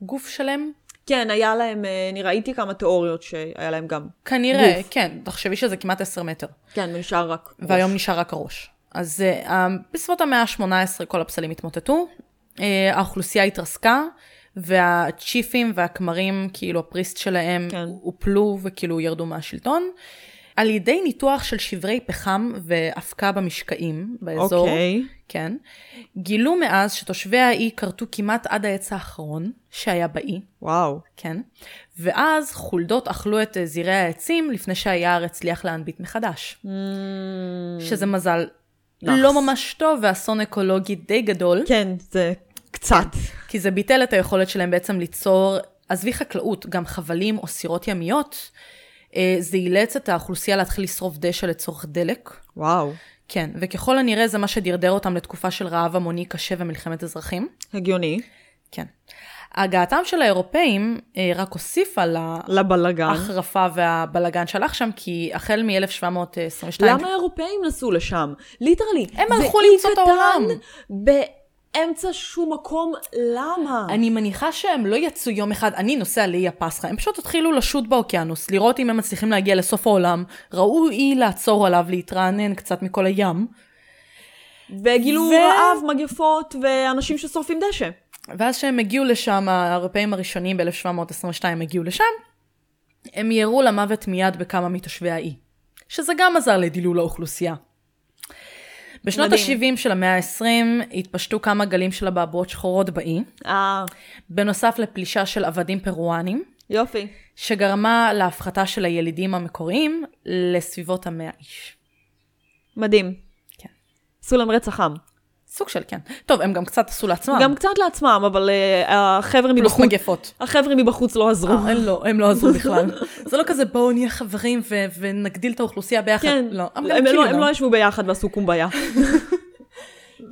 Speaker 1: גוף שלם.
Speaker 2: כן, היה להם, אה, אני ראיתי כמה תיאוריות שהיה להם גם.
Speaker 1: כנראה, גוף. כן, תחשבי שזה כמעט 10 מטר,
Speaker 2: כן, ונשאר רק.
Speaker 1: והיום נשאר רק הראש. אז uh, בסביבות המאה ה-18 כל הפסלים התמוטטו, uh, האוכלוסייה התרסקה, והצ'יפים והכמרים, כאילו הפריסט שלהם,
Speaker 2: כן.
Speaker 1: כן. הופלו וכאילו ירדו מהשלטון. על ידי ניתוח של שברי פחם ואבקה במשקעים באזור,
Speaker 2: אוקיי.
Speaker 1: כן, גילו מאז שתושבי האי כרתו כמעט עד העץ האחרון שהיה באי,
Speaker 2: וואו.
Speaker 1: כן, ואז חולדות אכלו את אה, זרעי העצים לפני שהיער הצליח להנביט מחדש. שזה מזל
Speaker 2: Mm. נאחס.
Speaker 1: לא ממש טוב ואסון אקולוגי די גדול,
Speaker 2: כן, זה קצת.
Speaker 1: כי זה ביטל את היכולת שלהם בעצם ליצור, עזבי חקלאות, גם חבלים או סירות ימיות. אה, זה אילץ את האוכלוסייה להתחיל לשרוף דשא לצורך דלק.
Speaker 2: וואו.
Speaker 1: כן, וככל הנראה זה מה שדרדר אותם לתקופה של רעב המוני קשה ומלחמת אזרחים.
Speaker 2: הגיוני.
Speaker 1: כן. הגעתם של האירופאים אה, רק הוסיפה ל...
Speaker 2: לבלגן.
Speaker 1: ההחרפה והבלגן שהלך שם, כי החל מ-1722...
Speaker 2: למה האירופאים נסעו לשם? ליטרלי.
Speaker 1: הם
Speaker 2: זה
Speaker 1: הלכו
Speaker 2: אי
Speaker 1: למצוא את
Speaker 2: קטן
Speaker 1: העולם.
Speaker 2: באמצע שום מקום, למה?
Speaker 1: אני מניחה שהם לא יצאו יום אחד, אני נוסע לאי הפסחא, הם פשוט התחילו לשוט באוקיינוס, לראות אם הם מצליחים להגיע לסוף העולם, ראו אי לעצור עליו, להתרענן קצת מכל הים.
Speaker 2: וגילו
Speaker 1: ו-
Speaker 2: רעב, מגפות ואנשים ששורפים דשא.
Speaker 1: ואז כשהם הגיעו לשם, האירופאים הראשונים ב-1722 הגיעו לשם, הם ירו למוות מיד בכמה מתושבי האי, שזה גם עזר לדילול האוכלוסייה. בשנות
Speaker 2: מדהים.
Speaker 1: ה-70 של המאה ה-20 התפשטו כמה גלים של אבעבועות שחורות באי,
Speaker 2: אה,
Speaker 1: בנוסף לפלישה של עבדים פרואנים,
Speaker 2: יופי.
Speaker 1: שגרמה להפחתה של הילידים המקוריים לסביבות המאה איש.
Speaker 2: מדהים.
Speaker 1: כן.
Speaker 2: עשו להם רצח עם.
Speaker 1: סוג של כן. טוב, הם גם קצת עשו לעצמם.
Speaker 2: גם קצת לעצמם, אבל אה, החבר'ה
Speaker 1: פלוס
Speaker 2: מבחוץ...
Speaker 1: מגפות.
Speaker 2: החבר'ה מבחוץ לא עזרו.
Speaker 1: אה, הם לא, הם לא עזרו בכלל. זה לא כזה בואו נהיה חברים ו- ונגדיל את האוכלוסייה ביחד.
Speaker 2: כן.
Speaker 1: לא,
Speaker 2: הם
Speaker 1: הם
Speaker 2: לא-
Speaker 1: גם כאילו
Speaker 2: הם לא ישבו ביחד ועשו קומביה.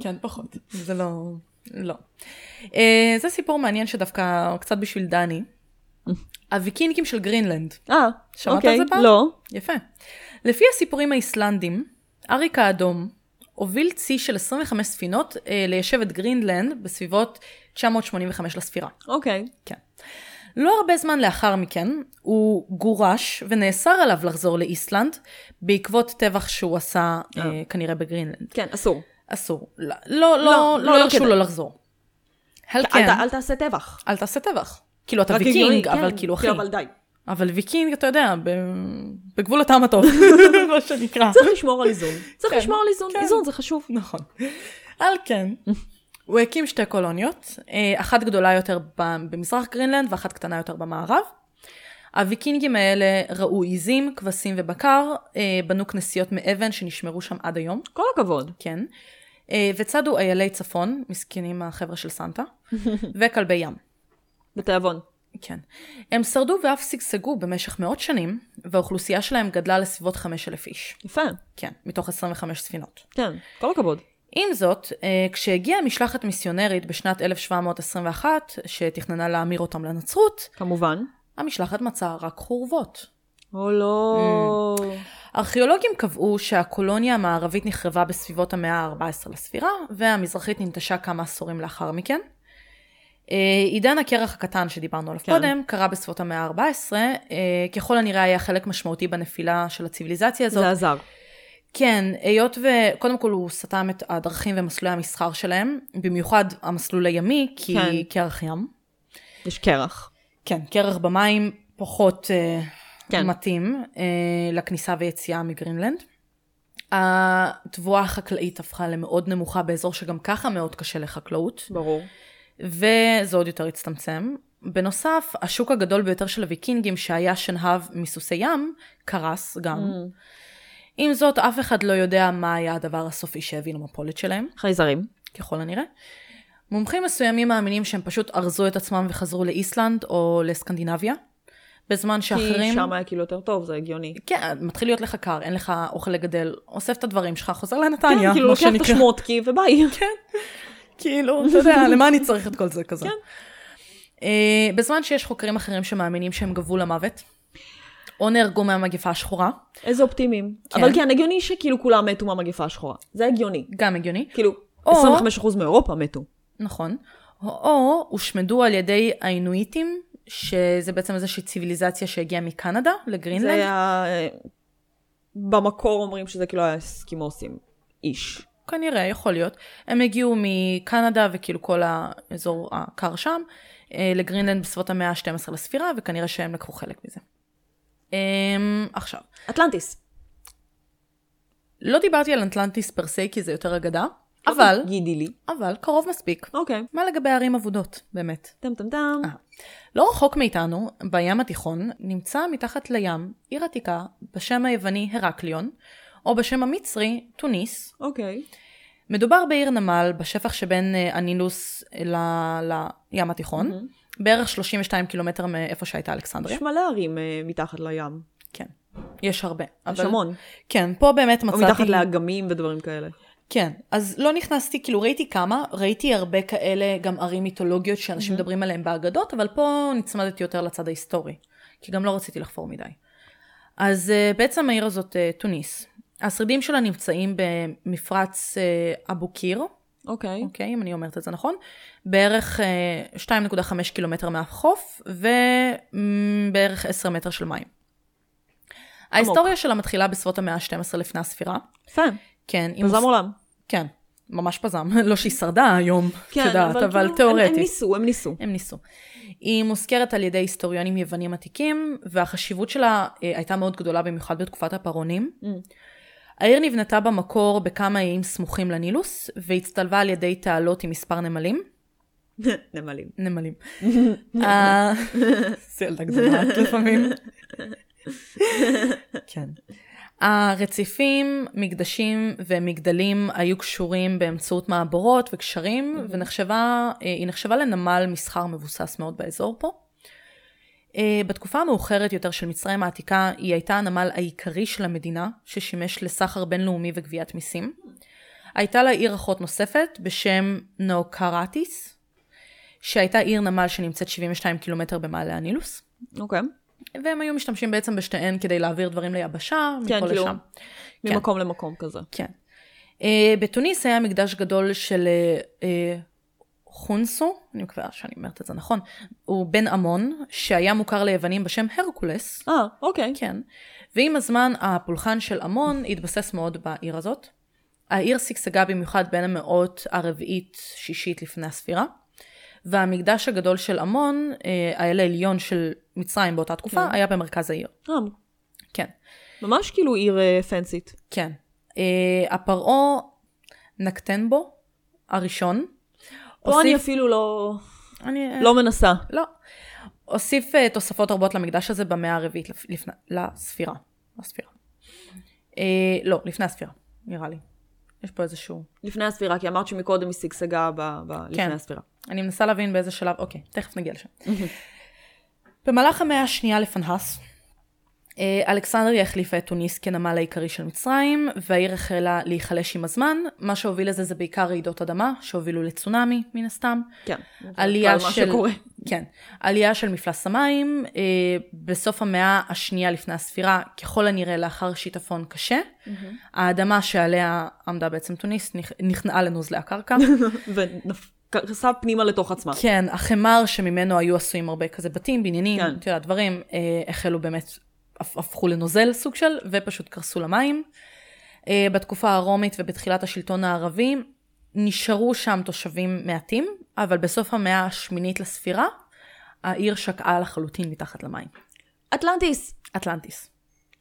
Speaker 1: כן, פחות. זה לא... לא. אה, זה סיפור מעניין שדווקא קצת בשביל דני. הוויקינגים של גרינלנד.
Speaker 2: אה,
Speaker 1: שמעת
Speaker 2: אוקיי.
Speaker 1: על זה פעם?
Speaker 2: לא.
Speaker 1: יפה. לפי הסיפורים האיסלנדים, אריק האדום הוביל צי של 25 ספינות אה, ליישב את גרינלנד בסביבות 985 לספירה.
Speaker 2: אוקיי.
Speaker 1: כן. לא הרבה זמן לאחר מכן, הוא גורש ונאסר עליו לחזור לאיסלנד בעקבות טבח שהוא עשה אה, כנראה בגרינלנד.
Speaker 2: כן, אסור.
Speaker 1: אסור. לא, לא,
Speaker 2: לא,
Speaker 1: לא,
Speaker 2: לא
Speaker 1: לא הרשו
Speaker 2: כדאי.
Speaker 1: לו לחזור. על
Speaker 2: אל
Speaker 1: כן,
Speaker 2: ת- אל תעשה טבח.
Speaker 1: אל תעשה טבח. כאילו, אתה
Speaker 2: רק הגיוני,
Speaker 1: ויקינג,
Speaker 2: כן.
Speaker 1: אבל כאילו, אחי.
Speaker 2: כן, אבל די.
Speaker 1: אבל ויקינג, אתה יודע, ב- בגבול הטעם הטוב, מה שנקרא.
Speaker 2: צריך לשמור על איזון. צריך
Speaker 1: כן.
Speaker 2: לשמור על איזון.
Speaker 1: כן.
Speaker 2: איזון זה חשוב.
Speaker 1: נכון. על כן, הוא הקים שתי קולוניות, אה, אחת גדולה יותר ב- במזרח גרינלנד ואחת קטנה יותר במערב. הוויקינגים האלה ראו עיזים, כבשים ובקר, אה, בנו כנסיות מאבן שנשמרו שם עד היום,
Speaker 2: כל הכבוד.
Speaker 1: כן, אה, וצדו איילי צפון, מסכנים החבר'ה של סנטה, וכלבי ים.
Speaker 2: בתיאבון.
Speaker 1: כן. הם שרדו ואף שגשגו במשך מאות שנים, והאוכלוסייה שלהם גדלה לסביבות 5,000 איש.
Speaker 2: יפה.
Speaker 1: כן, מתוך 25 ספינות.
Speaker 2: כן. כל הכבוד.
Speaker 1: עם זאת, אה, כשהגיעה משלחת מיסיונרית בשנת 1721, שתכננה להמיר אותם לנצרות,
Speaker 2: כמובן.
Speaker 1: המשלחת מצאה רק חורבות.
Speaker 2: או לא.
Speaker 1: ארכיאולוגים קבעו שהקולוניה המערבית נחרבה בסביבות המאה ה-14 לספירה, והמזרחית ננטשה כמה עשורים לאחר מכן. אה, עידן הקרח הקטן שדיברנו עליו
Speaker 2: כן.
Speaker 1: כן. קודם, קרה בסביבות המאה ה-14, אה, ככל הנראה היה חלק משמעותי בנפילה של הציוויליזציה הזאת.
Speaker 2: זה עזר.
Speaker 1: כן, היות ו... קודם כל הוא סתם את הדרכים ומסלולי המסחר שלהם, במיוחד המסלול הימי, כי
Speaker 2: כן.
Speaker 1: קרח ים.
Speaker 2: יש קרח.
Speaker 1: כן, קרח במים פחות אה,
Speaker 2: כן.
Speaker 1: כן. מתאים אה, לכניסה ויציאה מגרינלנד. התבואה החקלאית הפכה למאוד נמוכה באזור שגם ככה מאוד קשה לחקלאות,
Speaker 2: ברור.
Speaker 1: וזה עוד יותר הצטמצם. בנוסף, השוק הגדול ביותר של הוויקינגים שהיה שנהב מסוסי ים, קרס גם. Mm. עם זאת, אף אחד לא יודע מה היה הדבר הסופי שהביא למפולת שלהם,
Speaker 2: חייזרים.
Speaker 1: ככל הנראה. מומחים מסוימים מאמינים שהם פשוט ארזו את עצמם וחזרו לאיסלנד או לסקנדינביה, בזמן שאחרים...
Speaker 2: כי שם היה כאילו יותר טוב, זה הגיוני.
Speaker 1: כן, מתחיל להיות לך קר, אין לך אוכל לגדל, אוסף את הדברים שלך, חוזר
Speaker 2: כן,
Speaker 1: לנתניה,
Speaker 2: כאילו כן.
Speaker 1: מה
Speaker 2: לוקח את
Speaker 1: שנקרא.
Speaker 2: השמוטקי וביי.
Speaker 1: כאילו, אתה יודע, למה אני צריך את כל זה כזה? כן. Uh, בזמן שיש חוקרים אחרים שמאמינים שהם גבו למוות, או נהרגו מהמגפה השחורה,
Speaker 2: איזה אופטימיים.
Speaker 1: כן.
Speaker 2: אבל כן, הגיוני שכאילו כולם מתו מהמגפה השחורה. זה הגיוני.
Speaker 1: גם הגיוני,
Speaker 2: כאילו,
Speaker 1: או-
Speaker 2: 25% מאירופה מתו.
Speaker 1: נכון, או, או הושמדו על ידי האינואיטים, שזה בעצם איזושהי ציוויליזציה שהגיעה מקנדה
Speaker 2: זה
Speaker 1: לגרינלנד.
Speaker 2: היה... אה, במקור אומרים שזה כאילו היה אסקימוסים. איש.
Speaker 1: כנראה, יכול להיות. הם הגיעו מקנדה וכאילו כל האזור הקר שם, אה, לגרינלנד בסביבות המאה ה-12 לספירה, וכנראה שהם לקחו חלק מזה. אמ, עכשיו,
Speaker 2: אטלנטיס.
Speaker 1: לא דיברתי על אטלנטיס פר סי כי זה יותר אגדה, אבל,
Speaker 2: גידי לא לי.
Speaker 1: אבל קרוב מספיק.
Speaker 2: אוקיי.
Speaker 1: מה לגבי הערים אבודות, באמת?
Speaker 2: טם טם טם.
Speaker 1: אה. לא רחוק מאיתנו, בים התיכון, נמצא מתחת לים עיר עתיקה בשם היווני הרקליון, או בשם המצרי תוניס,
Speaker 2: אוקיי.
Speaker 1: מדובר בעיר נמל בשפח שבין אה, הנילוס ל- לים התיכון, בערך 32 קילומטר מאיפה שהייתה אלכסנדריה.
Speaker 2: יש מלא ערים אה, מתחת לים.
Speaker 1: כן, יש הרבה.
Speaker 2: יש
Speaker 1: אבל-
Speaker 2: המון.
Speaker 1: כן, פה באמת
Speaker 2: או
Speaker 1: מצאתי...
Speaker 2: מתחת לאגמים ודברים כאלה.
Speaker 1: כן, אז לא נכנסתי, כאילו ראיתי כמה, ראיתי הרבה כאלה גם ערים מיתולוגיות שאנשים מדברים עליהן באגדות, אבל פה נצמדתי יותר לצד ההיסטורי, כי גם לא רציתי לחפור מדי. אז אה, בעצם העיר הזאת אה, תוניס. השרידים שלה נמצאים במפרץ אה, אבו קיר,
Speaker 2: אוקיי.
Speaker 1: אוקיי, אם אני אומרת את זה נכון, בערך אה, 2.5 קילומטר מהחוף ובערך 10 מטר של מים. ההיסטוריה שלה מתחילה בסביבות המאה ה-12 לפני הספירה.
Speaker 2: יפה.
Speaker 1: כן, היא
Speaker 2: מזם
Speaker 1: מוס-
Speaker 2: עולם.
Speaker 1: כן. ממש פזם, לא שהיא שרדה היום, את
Speaker 2: כן,
Speaker 1: יודעת, אבל,
Speaker 2: כאילו, הם-
Speaker 1: תיאורטית.
Speaker 2: הם ניסו, הם ניסו.
Speaker 1: הם ניסו. היא מוזכרת על ידי היסטוריונים יוונים עתיקים, והחשיבות שלה אה, הייתה מאוד גדולה במיוחד בתקופת הפרעונים.
Speaker 2: Mm.
Speaker 1: העיר נבנתה במקור בכמה איים סמוכים לנילוס, והצטלבה על ידי תעלות עם מספר נמלים.
Speaker 2: נמלים.
Speaker 1: נמלים. אה, זה ילדה גדולה לפעמים. כן. הרציפים, מקדשים ומגדלים היו קשורים באמצעות מעבורות וקשרים,
Speaker 2: Mm-hmm.
Speaker 1: ונחשבה, אה, היא נחשבה לנמל מסחר מבוסס מאוד באזור פה. אה, בתקופה המאוחרת יותר של מצרים העתיקה, היא הייתה הנמל העיקרי של המדינה, ששימש לסחר בינלאומי וגביית מיסים. הייתה לה עיר אחות נוספת בשם נאוקרטיס, שהייתה עיר נמל שנמצאת 72 קילומטר במעלה הנילוס,
Speaker 2: אוקיי.
Speaker 1: כן. והם היו משתמשים בעצם בשתיהן כדי להעביר דברים ליבשה,
Speaker 2: כן,
Speaker 1: מפה
Speaker 2: כאילו,
Speaker 1: לשם.
Speaker 2: ממקום למקום כזה.
Speaker 1: כן. אה, בתוניס היה מקדש גדול של אה, אה, חונסו, אני מקווה שאני אומרת את זה נכון, הוא בן עמון, שהיה מוכר ליוונים בשם הרקולס,
Speaker 2: אה, אוקיי.
Speaker 1: כן, ועם הזמן הפולחן של עמון התבסס מאוד בעיר הזאת. העיר שגשגה במיוחד בין המאות הרביעית-שישית לפני הספירה, והמקדש הגדול של עמון, אה, האל העליון של מצרים באותה תקופה, היה במרכז העיר.
Speaker 2: אה,
Speaker 1: כן.
Speaker 2: ממש כאילו עיר אה, פנסית.
Speaker 1: כן. אה, הפרעה נקטנבו הראשון.
Speaker 2: פה אני אפילו לא...
Speaker 1: אני...
Speaker 2: לא מנסה.
Speaker 1: לא. הוסיף אה, תוספות רבות למקדש הזה במאה הרביעית לפ- לפני... לספירה. לספירה. אה, לא, לפני הספירה, נראה לי. יש פה איזשהו...
Speaker 2: לפני הספירה, כי אמרת שמקודם היא שגשגה ב... ב...
Speaker 1: כן.
Speaker 2: לפני הספירה.
Speaker 1: אני מנסה להבין באיזה שלב, אוקיי, תכף נגיע לשם. במהלך המאה השנייה לפנהס, אה, אלכסנדריה החליפה את תוניס כנמל העיקרי של מצרים, והעיר החלה להיחלש עם הזמן, מה שהוביל לזה זה בעיקר רעידות אדמה, שהובילו לצונאמי, מן הסתם.
Speaker 2: כן.
Speaker 1: עלייה
Speaker 2: בכלל, מה
Speaker 1: של...
Speaker 2: שקורה.
Speaker 1: כן. עלייה של מפלס המים, אה, בסוף המאה השנייה לפני הספירה, ככל הנראה לאחר שיטפון קשה. האדמה שעליה עמדה בעצם תוניס נכ- נכנעה לנוזלי הקרקע.
Speaker 2: ונכנסה פנימה לתוך עצמה.
Speaker 1: כן, החמר שממנו היו עשויים הרבה כזה בתים, בניינים,
Speaker 2: כן.
Speaker 1: את יודעת, דברים, אה, החלו באמת, הפ- הפכו לנוזל סוג של, ופשוט קרסו למים. אה, בתקופה הרומית ובתחילת השלטון הערבי, נשארו שם תושבים מעטים, אבל בסוף המאה השמינית לספירה, העיר שקעה לחלוטין מתחת למים.
Speaker 2: אטלנטיס!
Speaker 1: אטלנטיס.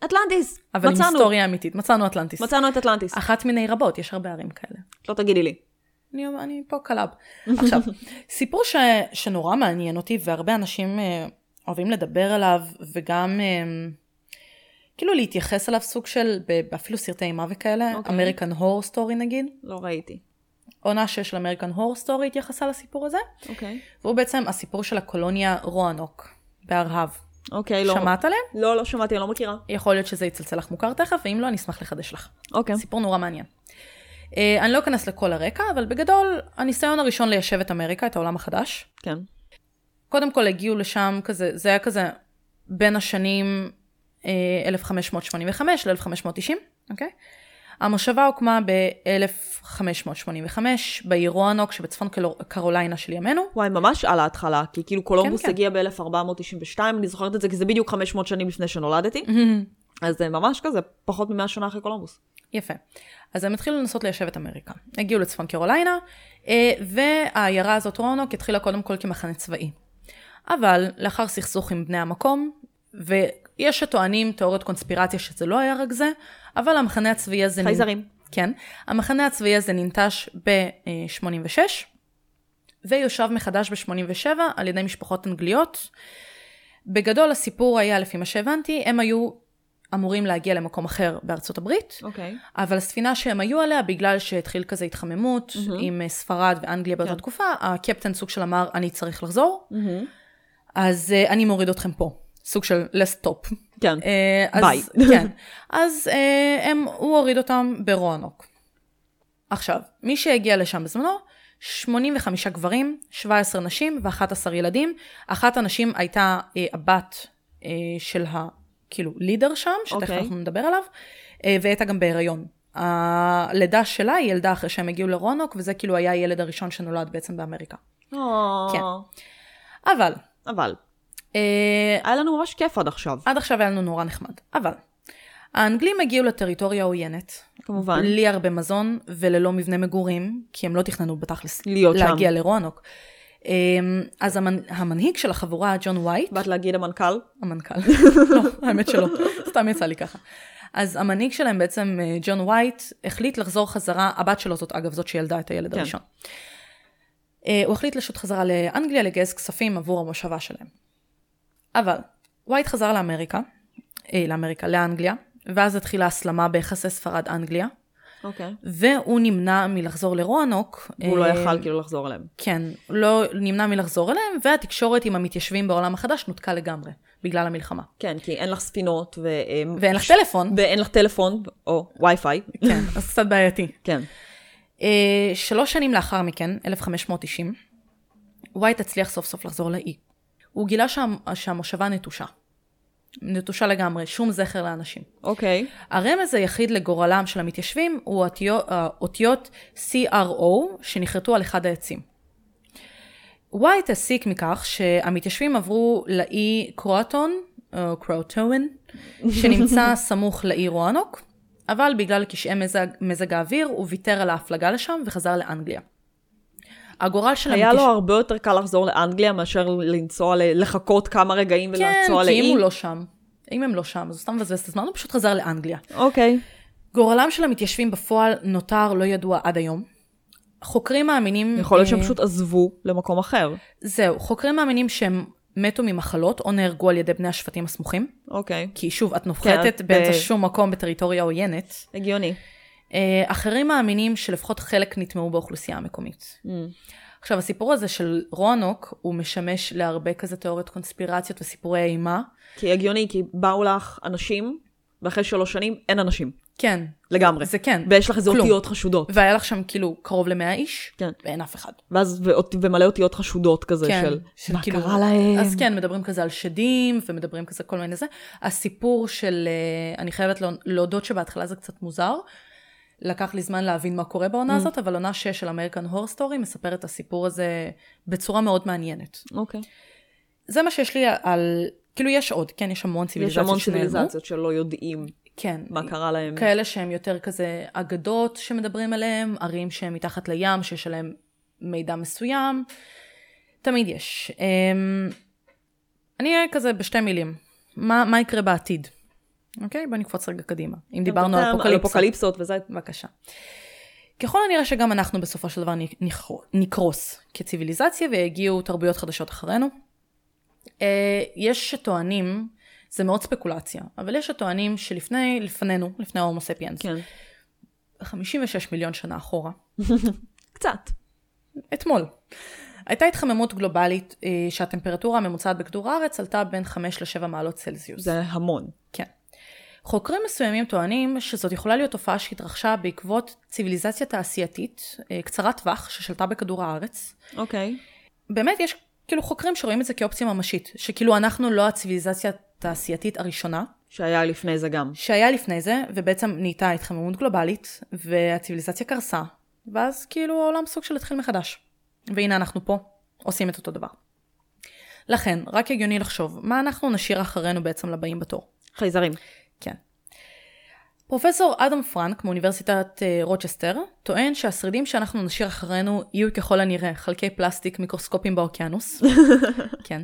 Speaker 2: אטלנטיס!
Speaker 1: אבל עם
Speaker 2: מצאנו.
Speaker 1: היסטוריה אמיתית, מצאנו אטלנטיס.
Speaker 2: מצאנו את אטלנטיס.
Speaker 1: אחת מיני רבות, יש הרבה ערים כאלה.
Speaker 2: לא תגידי לי.
Speaker 1: אני, אומר- אני פה קלאב. עכשיו, סיפור ש, שנורא מעניין אותי והרבה אנשים אה, אוהבים לדבר עליו וגם אה, כאילו להתייחס אליו סוג של ב- אפילו סרטי אימה וכאלה,
Speaker 2: אוקיי.
Speaker 1: אמריקן הור סטורי נגיד,
Speaker 2: לא ראיתי.
Speaker 1: עונה 6 של אמריקן הור סטורי התייחסה לסיפור הזה,
Speaker 2: אוקיי.
Speaker 1: והוא בעצם הסיפור של הקולוניה רוענוק בארהב.
Speaker 2: אוקיי, לא.
Speaker 1: שמעת עליהם?
Speaker 2: לא, לא שמעתי, אני לא מכירה.
Speaker 1: יכול להיות שזה יצלצל לך מוכר תכף, ואם לא אני אשמח לחדש לך.
Speaker 2: אוקיי.
Speaker 1: סיפור נורא מעניין. אה, אני לא אכנס לכל הרקע, אבל בגדול, הניסיון הראשון ליישב את אמריקה, את העולם החדש,
Speaker 2: כן.
Speaker 1: קודם כל הגיעו לשם כזה, זה היה כזה בין השנים אה, 1585 ל-1590, אוקיי? המושבה הוקמה ב-1585 בעיר רוענוק שבצפון קלו- קרוליינה של ימינו.
Speaker 2: וואי, ממש על ההתחלה, כי כאילו קולומבוס
Speaker 1: כן, כן.
Speaker 2: הגיע ב-1492, אני זוכרת את זה כי זה בדיוק 500 שנים לפני שנולדתי, אז זה ממש כזה, פחות מ-100 שנה אחרי קולומבוס.
Speaker 1: יפה. אז הם התחילו לנסות ליישב את אמריקה. הגיעו לצפון קרוליינה, אה, והעיירה הזאת רונוק התחילה קודם כל כמחנה צבאי. אבל לאחר סכסוך עם בני המקום, ויש שטוענים תיאוריות קונספירציה שזה לא היה רק זה, אבל המחנה הצבאי הזה... נ-
Speaker 2: חייזרים.
Speaker 1: כן. המחנה הצבאי הזה ננטש ב-86, ויושב מחדש ב-87 על ידי משפחות אנגליות. בגדול הסיפור היה, לפי מה שהבנתי, הם היו אמורים להגיע למקום אחר בארצות הברית,
Speaker 2: אוקיי.
Speaker 1: אבל הספינה שהם היו עליה, בגלל שהתחיל כזה התחממות mm-hmm. עם אה, ספרד ואנגליה באותה
Speaker 2: כן.
Speaker 1: תקופה, הקפטן סוג של אמר, אני צריך לחזור, אז uh, אני מוריד אתכם פה. סוג של less stop.
Speaker 2: כן.
Speaker 1: אה, אז-
Speaker 2: ביי.
Speaker 1: כן. אז אה, הם, הוא הוריד אותם ברוענוק. עכשיו, מי שהגיע לשם בזמנו, 85 גברים, 17 נשים ו-11 ילדים. אחת הנשים הייתה אה, הבת אה, של ה... כאילו, לידר שם, שתכף
Speaker 2: אוקיי.
Speaker 1: אנחנו נדבר עליו, אה, והיא הייתה גם בהיריון. הלידה שלה היא ילדה אחרי שהם הגיעו לרונוק, וזה כאילו היה הילד הראשון שנולד בעצם באמריקה.
Speaker 2: כן.
Speaker 1: אבל,
Speaker 2: אבל,
Speaker 1: אה,
Speaker 2: היה לנו ממש כיף עד עכשיו.
Speaker 1: עד עכשיו היה לנו נורא נחמד. אבל, האנגלים הגיעו לטריטוריה עוינת,
Speaker 2: כמובן.
Speaker 1: בלי הרבה מזון וללא מבנה מגורים, כי הם לא תכננו בתכלס
Speaker 2: להיות שם.
Speaker 1: להגיע לרוענוק. אמ, אז המנ... המנהיג של החבורה, ג'ון וייט,
Speaker 2: באת להגיד המנכ"ל?
Speaker 1: המנכ"ל, לא, האמת שלא, סתם יצא לי ככה. אז המנהיג שלהם בעצם, אה, ג'ון וייט, החליט לחזור חזרה, הבת שלו זאת, אגב, זאת שילדה את הילד
Speaker 2: כן.
Speaker 1: הראשון. אה, הוא החליט לשוט חזרה לאנגליה לגייס כספים עבור המושבה שלהם. אבל, וייט חזר לאמריקה, אה, לאמריקה, לאנגליה, ואז התחילה הסלמה ביחסי ספרד-אנגליה,
Speaker 2: אוקיי.
Speaker 1: והוא נמנע מלחזור לרוענוק.
Speaker 2: והוא לא
Speaker 1: אה,
Speaker 2: יכל כאילו לחזור אליהם.
Speaker 1: כן, לא נמנע מלחזור אליהם, והתקשורת עם המתיישבים בעולם החדש נותקה לגמרי, בגלל המלחמה.
Speaker 2: כן, כי אין לך ספינות, ו... אה,
Speaker 1: ואין לך טלפון.
Speaker 2: ואין לך טלפון, או וי-פיי.
Speaker 1: כן, אז קצת בעייתי.
Speaker 2: כן.
Speaker 1: אה, שלוש שנים לאחר מכן, 1590, ווייט הצליח סוף סוף לחזור לאי. הוא גילה שה- שהמושבה נטושה. נטושה לגמרי, שום זכר לאנשים.
Speaker 2: אוקיי.
Speaker 1: הרמז היחיד לגורלם של המתיישבים הוא האותיו- האותיות CRO שנחרטו על אחד העצים. ווייט הסיק מכך שהמתיישבים עברו לאי קרואטון, או קרואטון, שנמצא סמוך לאי רואנוק, אבל בגלל קשעי מזג, מזג האוויר הוא ויתר על ההפלגה לשם וחזר לאנגליה. הגורל של
Speaker 2: היה לו הרבה יותר קל לחזור לאנגליה מאשר לנסוע, ל- לחכות כמה רגעים
Speaker 1: כן,
Speaker 2: ולנסוע
Speaker 1: כי אם
Speaker 2: לאי.
Speaker 1: הוא לא שם, אם הם לא שם, אז הוא סתם מבזבז את הזמן, הוא פשוט חזר לאנגליה.
Speaker 2: אוקיי.
Speaker 1: גורלם של המתיישבים בפועל נותר לא ידוע עד היום. חוקרים מאמינים...
Speaker 2: יכול להיות שהם
Speaker 1: אה,
Speaker 2: פשוט עזבו למקום אחר.
Speaker 1: זהו, חוקרים מאמינים שהם מתו ממחלות או נהרגו על ידי בני השבטים הסמוכים.
Speaker 2: אוקיי.
Speaker 1: כי שוב, את נוחתת
Speaker 2: כן,
Speaker 1: באמצע
Speaker 2: ב-
Speaker 1: שום מקום בטריטוריה עוינת.
Speaker 2: הגיוני.
Speaker 1: אה, אחרים מאמינים שלפחות חלק נטמעו באוכלוסייה המקומית.
Speaker 2: Mm.
Speaker 1: עכשיו, הסיפור הזה של רוענוק, הוא משמש להרבה כזה תיאוריות קונספירציות וסיפורי אימה.
Speaker 2: כי הגיוני, כי באו לך אנשים, ואחרי שלוש שנים אין אנשים.
Speaker 1: כן,
Speaker 2: לגמרי.
Speaker 1: זה כן.
Speaker 2: ויש לך איזה
Speaker 1: כלום.
Speaker 2: אותיות חשודות.
Speaker 1: והיה לך שם כאילו קרוב למאה איש,
Speaker 2: כן.
Speaker 1: ואין אף אחד.
Speaker 2: ואז ואות- ומלא אותיות חשודות כזה
Speaker 1: כן,
Speaker 2: של...
Speaker 1: של
Speaker 2: מה
Speaker 1: כאילו-
Speaker 2: קרה להם?
Speaker 1: אז כן, מדברים כזה על שדים, ומדברים כזה כל מיני זה. הסיפור של, אה, אני חייבת להוד- להודות שבהתחלה זה קצת מוזר. לקח לי זמן להבין מה קורה
Speaker 2: Mm.
Speaker 1: בעונה הזאת, אבל עונה 6 של אמריקן הור סטורי מספרת את הסיפור הזה בצורה מאוד מעניינת.
Speaker 2: אוקיי.
Speaker 1: זה מה שיש לי על, כאילו יש עוד, כן, יש המון
Speaker 2: יש
Speaker 1: ציוויליזציות
Speaker 2: המון
Speaker 1: שנעלמו.
Speaker 2: ציוויליזציות שלא יודעים
Speaker 1: כן.
Speaker 2: מה קרה להם.
Speaker 1: כאלה שהם יותר כזה אגדות שמדברים עליהם, ערים שהם מתחת לים, שיש עליהם מידע מסוים. תמיד יש. אמ, אני אהיה כזה בשתי מילים. מה, מה יקרה בעתיד? אוקיי? בוא נקפוץ רגע קדימה. אם דיברנו על
Speaker 2: טאם,
Speaker 1: אפוקליפסה.
Speaker 2: אפוקליפסות וזה...
Speaker 1: בבקשה. ככל הנראה שגם אנחנו בסופו של דבר נכר- נקרוס כציוויליזציה ויגיעו תרבויות חדשות אחרינו. אה, יש שטוענים, זה מאוד ספקולציה, אבל יש שטוענים שלפני, לפנינו, לפני ההומו ספיאנס,
Speaker 2: כן.
Speaker 1: 56 מיליון שנה אחורה,
Speaker 2: קצת.
Speaker 1: אתמול, הייתה התחממות גלובלית אה, שהטמפרטורה הממוצעת בכדור הארץ עלתה בין 5 ל-7 מעלות צלזיוס.
Speaker 2: זה המון.
Speaker 1: כן. חוקרים מסוימים טוענים שזאת יכולה להיות תופעה שהתרחשה בעקבות ציוויליזציה תעשייתית אה, קצרת טווח ששלטה בכדור הארץ.
Speaker 2: אוקיי.
Speaker 1: באמת יש כאילו חוקרים שרואים את זה כאופציה ממשית, שכאילו אנחנו לא הציוויליזציה התעשייתית הראשונה
Speaker 2: שהיה לפני זה גם.
Speaker 1: שהיה לפני זה, ובעצם נהייתה התחממות גלובלית, והציוויליזציה קרסה, ואז כאילו העולם סוג של התחיל מחדש. והנה אנחנו פה, עושים את אותו דבר. לכן, רק הגיוני לחשוב, מה אנחנו נשאיר אחרינו בעצם לבאים בתור.
Speaker 2: חייזרים.
Speaker 1: כן. פרופסור אדם פרנק מאוניברסיטת אה, רוצ'סטר טוען שהשרידים שאנחנו נשאיר אחרינו יהיו ככל הנראה חלקי פלסטיק מיקרוסקופיים באוקיינוס. כן.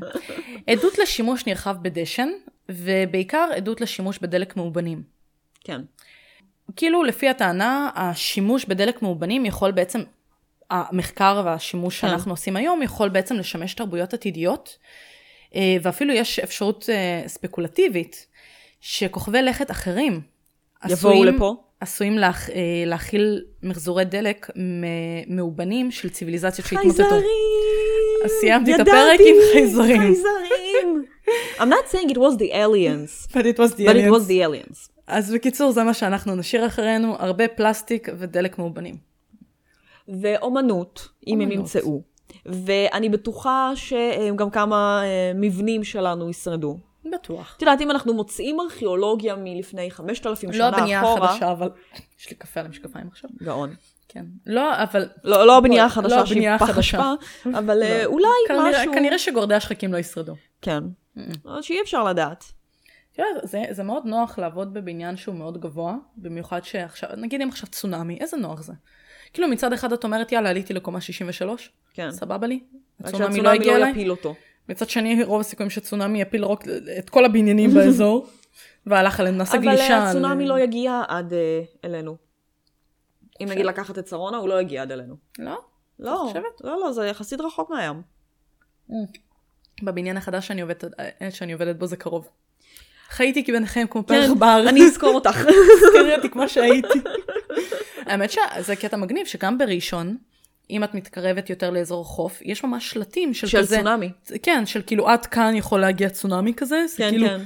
Speaker 1: עדות לשימוש נרחב בדשן, ובעיקר עדות לשימוש בדלק מאובנים.
Speaker 2: כן.
Speaker 1: כאילו לפי הטענה, השימוש בדלק מאובנים יכול בעצם, המחקר והשימוש
Speaker 2: כן.
Speaker 1: שאנחנו עושים היום יכול בעצם לשמש תרבויות עתידיות, אה, ואפילו יש אפשרות אה, ספקולטיבית שכוכבי לכת אחרים
Speaker 2: יבואו לפה.
Speaker 1: עשויים להכ... אה, להכיל מחזורי דלק מ- מאובנים של ציוויליזציות שהתמוטטו.
Speaker 2: חייזרים!
Speaker 1: אז סיימתי את
Speaker 2: ידעתי!
Speaker 1: הפרק עם חייזרים.
Speaker 2: חייזרים! I'm not saying it was the aliens,
Speaker 1: But it was the
Speaker 2: but it
Speaker 1: aliens.
Speaker 2: was the aliens.
Speaker 1: אז בקיצור, זה מה שאנחנו נשאיר אחרינו, הרבה פלסטיק ודלק מאובנים.
Speaker 2: ואומנות, אם הם
Speaker 1: אומנות.
Speaker 2: ימצאו. ואני בטוחה שגם כמה אה, מבנים שלנו ישרדו.
Speaker 1: בטוח.
Speaker 2: את יודעת, אם אנחנו מוצאים ארכיאולוגיה מלפני 5,000
Speaker 1: לא
Speaker 2: שנה
Speaker 1: הבנייה
Speaker 2: אחורה...
Speaker 1: החדשה, אבל... יש לי קפה על המשקפיים עכשיו.
Speaker 2: גאון.
Speaker 1: כן. לא, אבל...
Speaker 2: לא, לא הבנייה
Speaker 1: לא
Speaker 2: החדשה שהיא
Speaker 1: הבנייה
Speaker 2: פח
Speaker 1: החדשה. לא.
Speaker 2: אשפה, אבל אה, אולי
Speaker 1: כנראה-
Speaker 2: משהו...
Speaker 1: כנראה שגורדי השחקים לא ישרדו.
Speaker 2: כן. אבל שאי אפשר לדעת.
Speaker 1: תראה, זה, זה מאוד נוח לעבוד בבניין שהוא מאוד גבוה, במיוחד שעכשיו, נגיד אם עכשיו צונאמי, איזה נוח זה. כאילו מצד אחד את אומרת יאללה עליתי לקומה 63,
Speaker 2: כן.
Speaker 1: סבבה לי,
Speaker 2: רק
Speaker 1: הצונאמי לא
Speaker 2: שהצונאמי
Speaker 1: הגיע
Speaker 2: לא
Speaker 1: אליי.
Speaker 2: יפיל אותו.
Speaker 1: מצד שני רוב הסיכויים שצונאמי יפיל רק את כל הבניינים באזור, והלך עליהם, נעשה
Speaker 2: אבל
Speaker 1: גלישה.
Speaker 2: אה, הצונאמי לא יגיע עד אה, אלינו. אם נגיד לקחת את שרונה, הוא לא יגיע עד אלינו.
Speaker 1: לא?
Speaker 2: לא,
Speaker 1: חושבת? כן.
Speaker 2: לא, לא, זה יחסית רחוק מהים.
Speaker 1: בבניין החדש שאני עובדת, אה, שאני עובדת בו זה קרוב. חייתי כבינכם כמו
Speaker 2: כן,
Speaker 1: פרח בר.
Speaker 2: אני אזכור אותך.
Speaker 1: תראי אותי כמו שהייתי. האמת שזה קטע מגניב שגם בראשון, אם את מתקרבת יותר לאזור חוף, יש ממש שלטים של,
Speaker 2: של
Speaker 1: כזה.
Speaker 2: צונאמי.
Speaker 1: כן, של כאילו עד כאן יכול להגיע צונאמי כזה, זה
Speaker 2: כן,
Speaker 1: כאילו
Speaker 2: כן.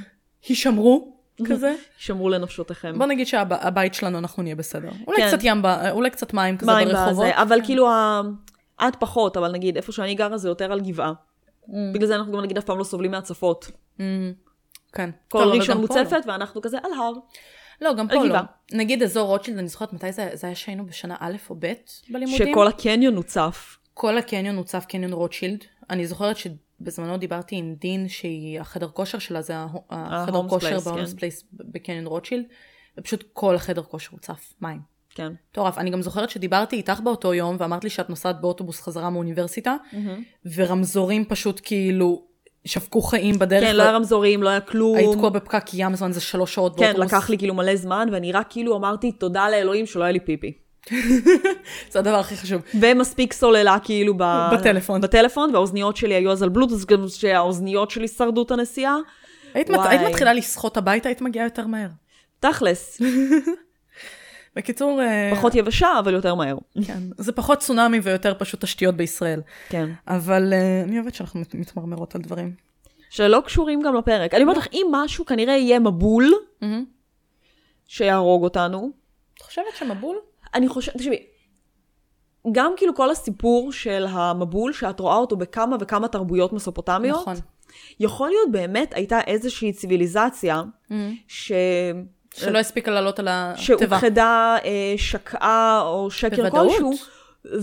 Speaker 1: הישמרו כזה.
Speaker 2: שמרו לנפשותיכם.
Speaker 1: בוא נגיד שהבית שלנו אנחנו נהיה בסדר. אולי
Speaker 2: כן.
Speaker 1: קצת ים, ב- אולי קצת מים כזה
Speaker 2: מים
Speaker 1: ברחובות. כן.
Speaker 2: בזה, אבל כאילו, ה- את פחות, אבל נגיד, איפה שאני גרה זה יותר על גבעה.
Speaker 1: Mm.
Speaker 2: בגלל זה אנחנו גם נגיד אף פעם לא סובלים מהצפות.
Speaker 1: אמ, כן.
Speaker 2: כל
Speaker 1: טוב, אבל
Speaker 2: ראשון
Speaker 1: גם פה
Speaker 2: מוצפת, ואנחנו כזה על הר.
Speaker 1: לא, לא, גם פה
Speaker 2: על
Speaker 1: לא.
Speaker 2: גבעה.
Speaker 1: נגיד אזור רוטשילד, אני זוכרת מתי זה זה היה שהיינו בשנה א' או ב' בלימודים.
Speaker 2: שכל הקניון הוצף.
Speaker 1: כל הקניון הוצב קניון רוטשילד. אני זוכרת שבזמנו דיברתי עם דין שהיא, החדר כושר שלה זה ההו- החדר
Speaker 2: ה-homeless
Speaker 1: כושר
Speaker 2: place,
Speaker 1: בהומס
Speaker 2: כן.
Speaker 1: פלייס בקניון רוטשילד. ופשוט כל החדר כושר הוצף מים.
Speaker 2: כן.
Speaker 1: מטורף. אני גם זוכרת שדיברתי איתך באותו יום ואמרת לי שאת נוסעת באוטובוס חזרה מאוניברסיטה, ורמזורים פשוט כאילו שפקו חיים בדרך.
Speaker 2: כן, לא היה רמזורים, לא היה כלום.
Speaker 1: היית תקוע בפקק ים זמן, זה שלוש שעות
Speaker 2: כן,
Speaker 1: באוטובוס.
Speaker 2: לקח לי כאילו מלא זמן, ואני רק כאילו אמרתי תודה לאלוהים שלא היה לי פיפי.
Speaker 1: זה הדבר הכי חשוב.
Speaker 2: ומספיק סוללה כאילו ב...
Speaker 1: בטלפון.
Speaker 2: בטלפון, והאוזניות שלי היו אז על בלוטוס, גם שהאוזניות שלי שרדו את הנסיעה.
Speaker 1: היית, מת...
Speaker 2: וואי.
Speaker 1: היית מתחילה לסחוט הביתה, היית מגיעה יותר מהר.
Speaker 2: תכלס,
Speaker 1: כן. בקיצור, אה,
Speaker 2: פחות יבשה, אבל יותר מהר.
Speaker 1: כן, זה פחות צונאמי ויותר פשוט תשתיות בישראל.
Speaker 2: כן.
Speaker 1: אבל אה, אני אוהבת שאנחנו מת- מתמרמרות על דברים.
Speaker 2: שלא קשורים גם לפרק. אני אומרת לך, אם משהו כנראה יהיה מבול שיהרוג אותנו,
Speaker 1: את חושבת שמבול?
Speaker 2: אני חושבת, תשמעי, גם כאילו כל הסיפור של המבול, שאת רואה אותו בכמה וכמה תרבויות מסופוטמיות,
Speaker 1: נכון.
Speaker 2: יכול להיות באמת הייתה איזושהי ציוויליזציה ש...
Speaker 1: שלא הספיקה לעלות על התיבה.
Speaker 2: שהוכחדה, אה, שקעה או שקר
Speaker 1: בוודאות.
Speaker 2: כלשהו,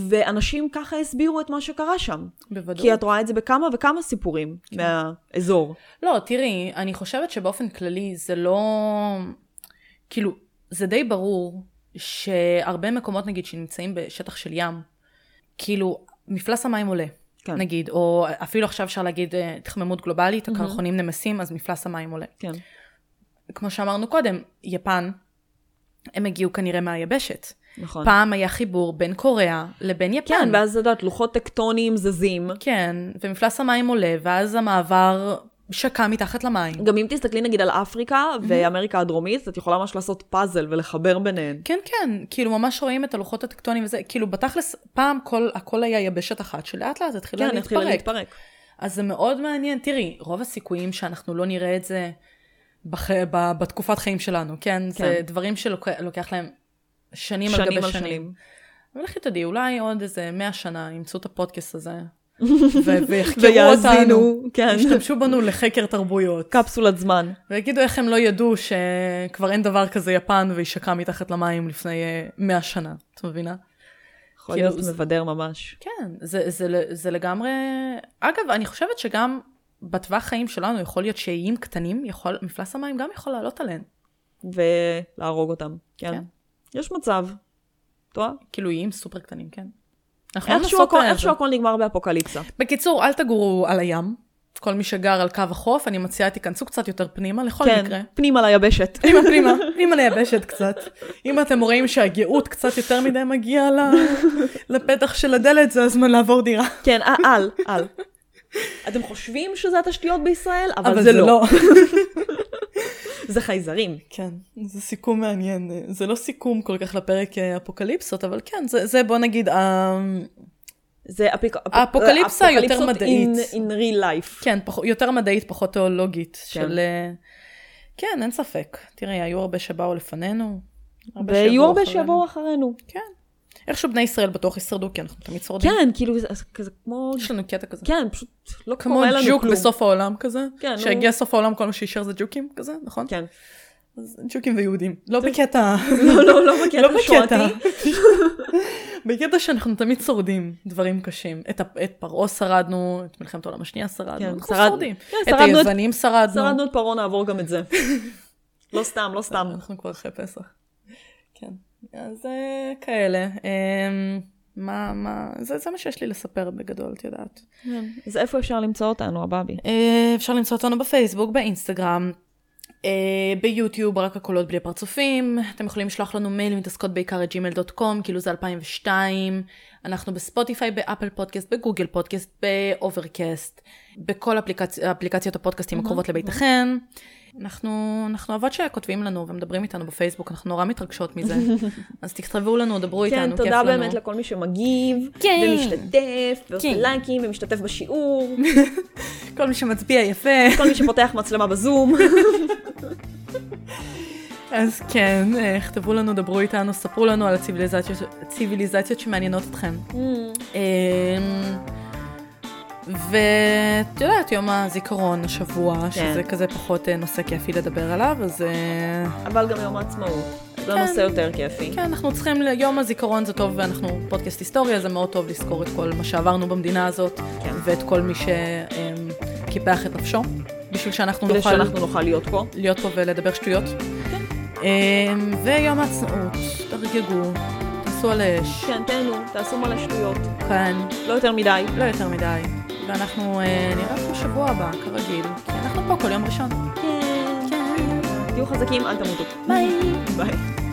Speaker 2: ואנשים ככה הסבירו את מה שקרה שם.
Speaker 1: בוודאות. כן.
Speaker 2: כי את רואה את זה בכמה וכמה סיפורים מהאזור.
Speaker 1: לא, תראי, אני חושבת שבאופן כללי זה לא... כאילו, זה די ברור שהרבה מקומות, נגיד, שנמצאים בשטח של ים, כאילו, מפלס המים עולה.
Speaker 2: כן.
Speaker 1: נגיד, או אפילו עכשיו אפשר להגיד אה, התחממות גלובלית, הקרחונים נמסים, אז מפלס המים עולה.
Speaker 2: כן.
Speaker 1: כמו שאמרנו קודם, יפן, הם הגיעו כנראה מהיבשת.
Speaker 2: נכון.
Speaker 1: פעם היה חיבור בין קוריאה לבין יפן.
Speaker 2: כן, ואז את יודעת, לוחות טקטוניים זזים.
Speaker 1: כן, ומפלס המים עולה, ואז המעבר שקע מתחת למים.
Speaker 2: גם אם תסתכלי נגיד על אפריקה
Speaker 1: Mm-hmm.
Speaker 2: ואמריקה הדרומית, אז את יכולה ממש לעשות פאזל ולחבר ביניהן.
Speaker 1: כן, כן, כאילו ממש רואים את הלוחות הטקטונים וזה, כאילו בתכלס, פעם כל, הכל היה יבשת אחת, שלאט לאט התחילה
Speaker 2: כן, התחילה
Speaker 1: להתפרק.
Speaker 2: להתפרק.
Speaker 1: אז זה מאוד מעניין, תראי, רוב הסיכויים שאנחנו לא נראה את זה בח... ב... בתקופת חיים שלנו, כן? כן. זה
Speaker 2: כן.
Speaker 1: דברים שלוקח להם שנים, על
Speaker 2: שנים
Speaker 1: גבי
Speaker 2: על
Speaker 1: שנים.
Speaker 2: שנים.
Speaker 1: אבל לכי תדעי, אולי עוד איזה 100 שנה ימצאו את הפודקאסט הזה, ו- ויחקרו אותנו,
Speaker 2: ויאזינו, כן,
Speaker 1: ישתמשו בנו לחקר תרבויות,
Speaker 2: קפסולת זמן.
Speaker 1: ויגידו איך הם לא ידעו שכבר אין דבר כזה יפן והיא שקעה מתחת למים לפני אה, 100 שנה, את מבינה?
Speaker 2: יכול
Speaker 1: כאילו,
Speaker 2: להיות
Speaker 1: זה-
Speaker 2: מבדר ממש.
Speaker 1: כן, זה, זה, ל- זה לגמרי... אגב, אני חושבת שגם בטווח חיים שלנו יכול להיות שאיים קטנים, יכול, מפלס המים גם יכול לעלות עליהם.
Speaker 2: ולהרוג אותם. כן.
Speaker 1: כן.
Speaker 2: יש מצב. טועה?
Speaker 1: כאילו איים סופר קטנים, כן. אנחנו לא
Speaker 2: איכשהו
Speaker 1: נעסוק
Speaker 2: הכל-
Speaker 1: על
Speaker 2: איכשהו
Speaker 1: זה.
Speaker 2: הכל נגמר באפוקליפסה.
Speaker 1: בקיצור, אל תגורו על הים. כל מי שגר על קו החוף, אני מציעה תיכנסו קצת יותר פנימה, לכל מקרה.
Speaker 2: כן, פנימה ליבשת.
Speaker 1: פנימה, פנימה, פנימה ליבשת קצת. אם אתם רואים שהגאות קצת יותר מדי מגיעה ל- לפתח של הדלת, זה הזמן לעבור דירה.
Speaker 2: כן, אה, על, על. אתם חושבים שזה התשתיות בישראל,
Speaker 1: אבל
Speaker 2: אבל זה לא. זה חייזרים.
Speaker 1: כן, זה סיכום מעניין. זה לא סיכום כל כך לפרק אה, אפוקליפסות, אבל כן, זה, זה בוא נגיד, אה,
Speaker 2: זה אפיק- אפ-
Speaker 1: האפוקליפסה יותר
Speaker 2: אפוקליפסות
Speaker 1: מדעית.
Speaker 2: in- in real life.
Speaker 1: כן, פח, יותר מדעית, פחות תיאולוגית של... אה, כן, אין ספק. תראי, היו הרבה שבאו לפנינו. הרבה
Speaker 2: ויהיו
Speaker 1: שיבואו
Speaker 2: הרבה
Speaker 1: אחרינו.
Speaker 2: שיבואו אחרינו. אוקיי.
Speaker 1: כן. איכשהו בני ישראל בטוח ישרדו, כי אנחנו תמיד שורדים.
Speaker 2: כן, כאילו, זה- זה כזה כמו...
Speaker 1: יש לנו קטע כזה.
Speaker 2: כן, פשוט לא
Speaker 1: כמו
Speaker 2: קורה לנו כלום.
Speaker 1: ג'וק בסוף העולם כזה.
Speaker 2: כן, נו.
Speaker 1: שהגיע סוף העולם, כל מה שהשאיר זה ג'וקים כזה, נכון?
Speaker 2: כן.
Speaker 1: אז ג'וקים ויהודים. לא בקטע...
Speaker 2: לא, לא, לא
Speaker 1: לא
Speaker 2: בקטע
Speaker 1: בקטע.
Speaker 2: שואתי.
Speaker 1: בקטע שאנחנו תמיד שורדים דברים קשים. את, ה- את פרעה שרדנו, את מלחמת העולם השנייה שרדנו,
Speaker 2: כן,
Speaker 1: אנחנו
Speaker 2: שרד-
Speaker 1: שורדים.
Speaker 2: כן,
Speaker 1: את
Speaker 2: שרדנו את-
Speaker 1: היוונים שרדנו.
Speaker 2: שרדנו את פרעה, נעבור גם את זה. לא סתם, לא סתם.
Speaker 1: אה, אנחנו כבר אחרי פסח. כן. אז אה, כאלה. אמ, מה, מה, זה, זה מה שיש לי לספר בגדול, את יודעת.
Speaker 2: אז איפה אפשר למצוא אותנו, הבאבי?
Speaker 1: אה, אפשר למצוא אותנו בפייסבוק, באינסטגרם, אה, ביוטיוב, רק הקולות בלי הפרצופים. אתם יכולים לשלוח לנו מיילים מתעסקות בעיקר את gmail.com, כאילו זה 2002. אנחנו בספוטיפיי, באפל פודקאסט, בגוגל פודקאסט, באוברקאסט, בכל אפליקצ... אפליקציות הפודקאסטים הקרובות לביתכן. אנחנו, אנחנו אוהבות שכותבים לנו ומדברים איתנו בפייסבוק, אנחנו נורא מתרגשות מזה. אז תכתבו לנו, דברו
Speaker 2: כן,
Speaker 1: איתנו, כיף לנו.
Speaker 2: תודה באמת לכל מי שמגיב,
Speaker 1: כן.
Speaker 2: ומשתתף, ועושה
Speaker 1: כן.
Speaker 2: לייקים, ומשתתף בשיעור,
Speaker 1: כל מי שמצביע יפה.
Speaker 2: כל מי שפותח מצלמה בזום.
Speaker 1: אז כן, אה, כתבו לנו, דברו איתנו, ספרו לנו על הציוויליזציות, הציוויליזציות שמעניינות אתכם.
Speaker 2: Mm,
Speaker 1: אמ, אה, ואת יודעת, יום הזיכרון השבוע,
Speaker 2: כן.
Speaker 1: שזה כזה פחות אה, נושא כיפי לדבר עליו, אז אה,
Speaker 2: אבל גם יום העצמאות. זה נושא יותר כיפי.
Speaker 1: כן, אנחנו צריכים, ל- יום הזיכרון זה טוב, ואנחנו פודקאסט היסטוריה, זה מאוד טוב לזכור את כל מה שעברנו במדינה הזאת,
Speaker 2: כן.
Speaker 1: ואת כל מי שקיפח את נפשו, בשביל שאנחנו
Speaker 2: כדי
Speaker 1: נוכל
Speaker 2: שאנחנו נוכל להיות פה.
Speaker 1: להיות פה ולדבר שטויות. אמ, ויום העצמאות, תרגגו, תעשו על אש,
Speaker 2: כן, תהנו, תעשו מלא שטויות.
Speaker 1: כאן,
Speaker 2: לא יותר מדי.
Speaker 1: לא יותר מדי. ואנחנו אה, נראה אתכם שבוע הבא, כרגיל, כי אנחנו פה כל יום ראשון.
Speaker 2: כן. תהיו חזקים, אל תמותו.
Speaker 1: ביי.
Speaker 2: ביי.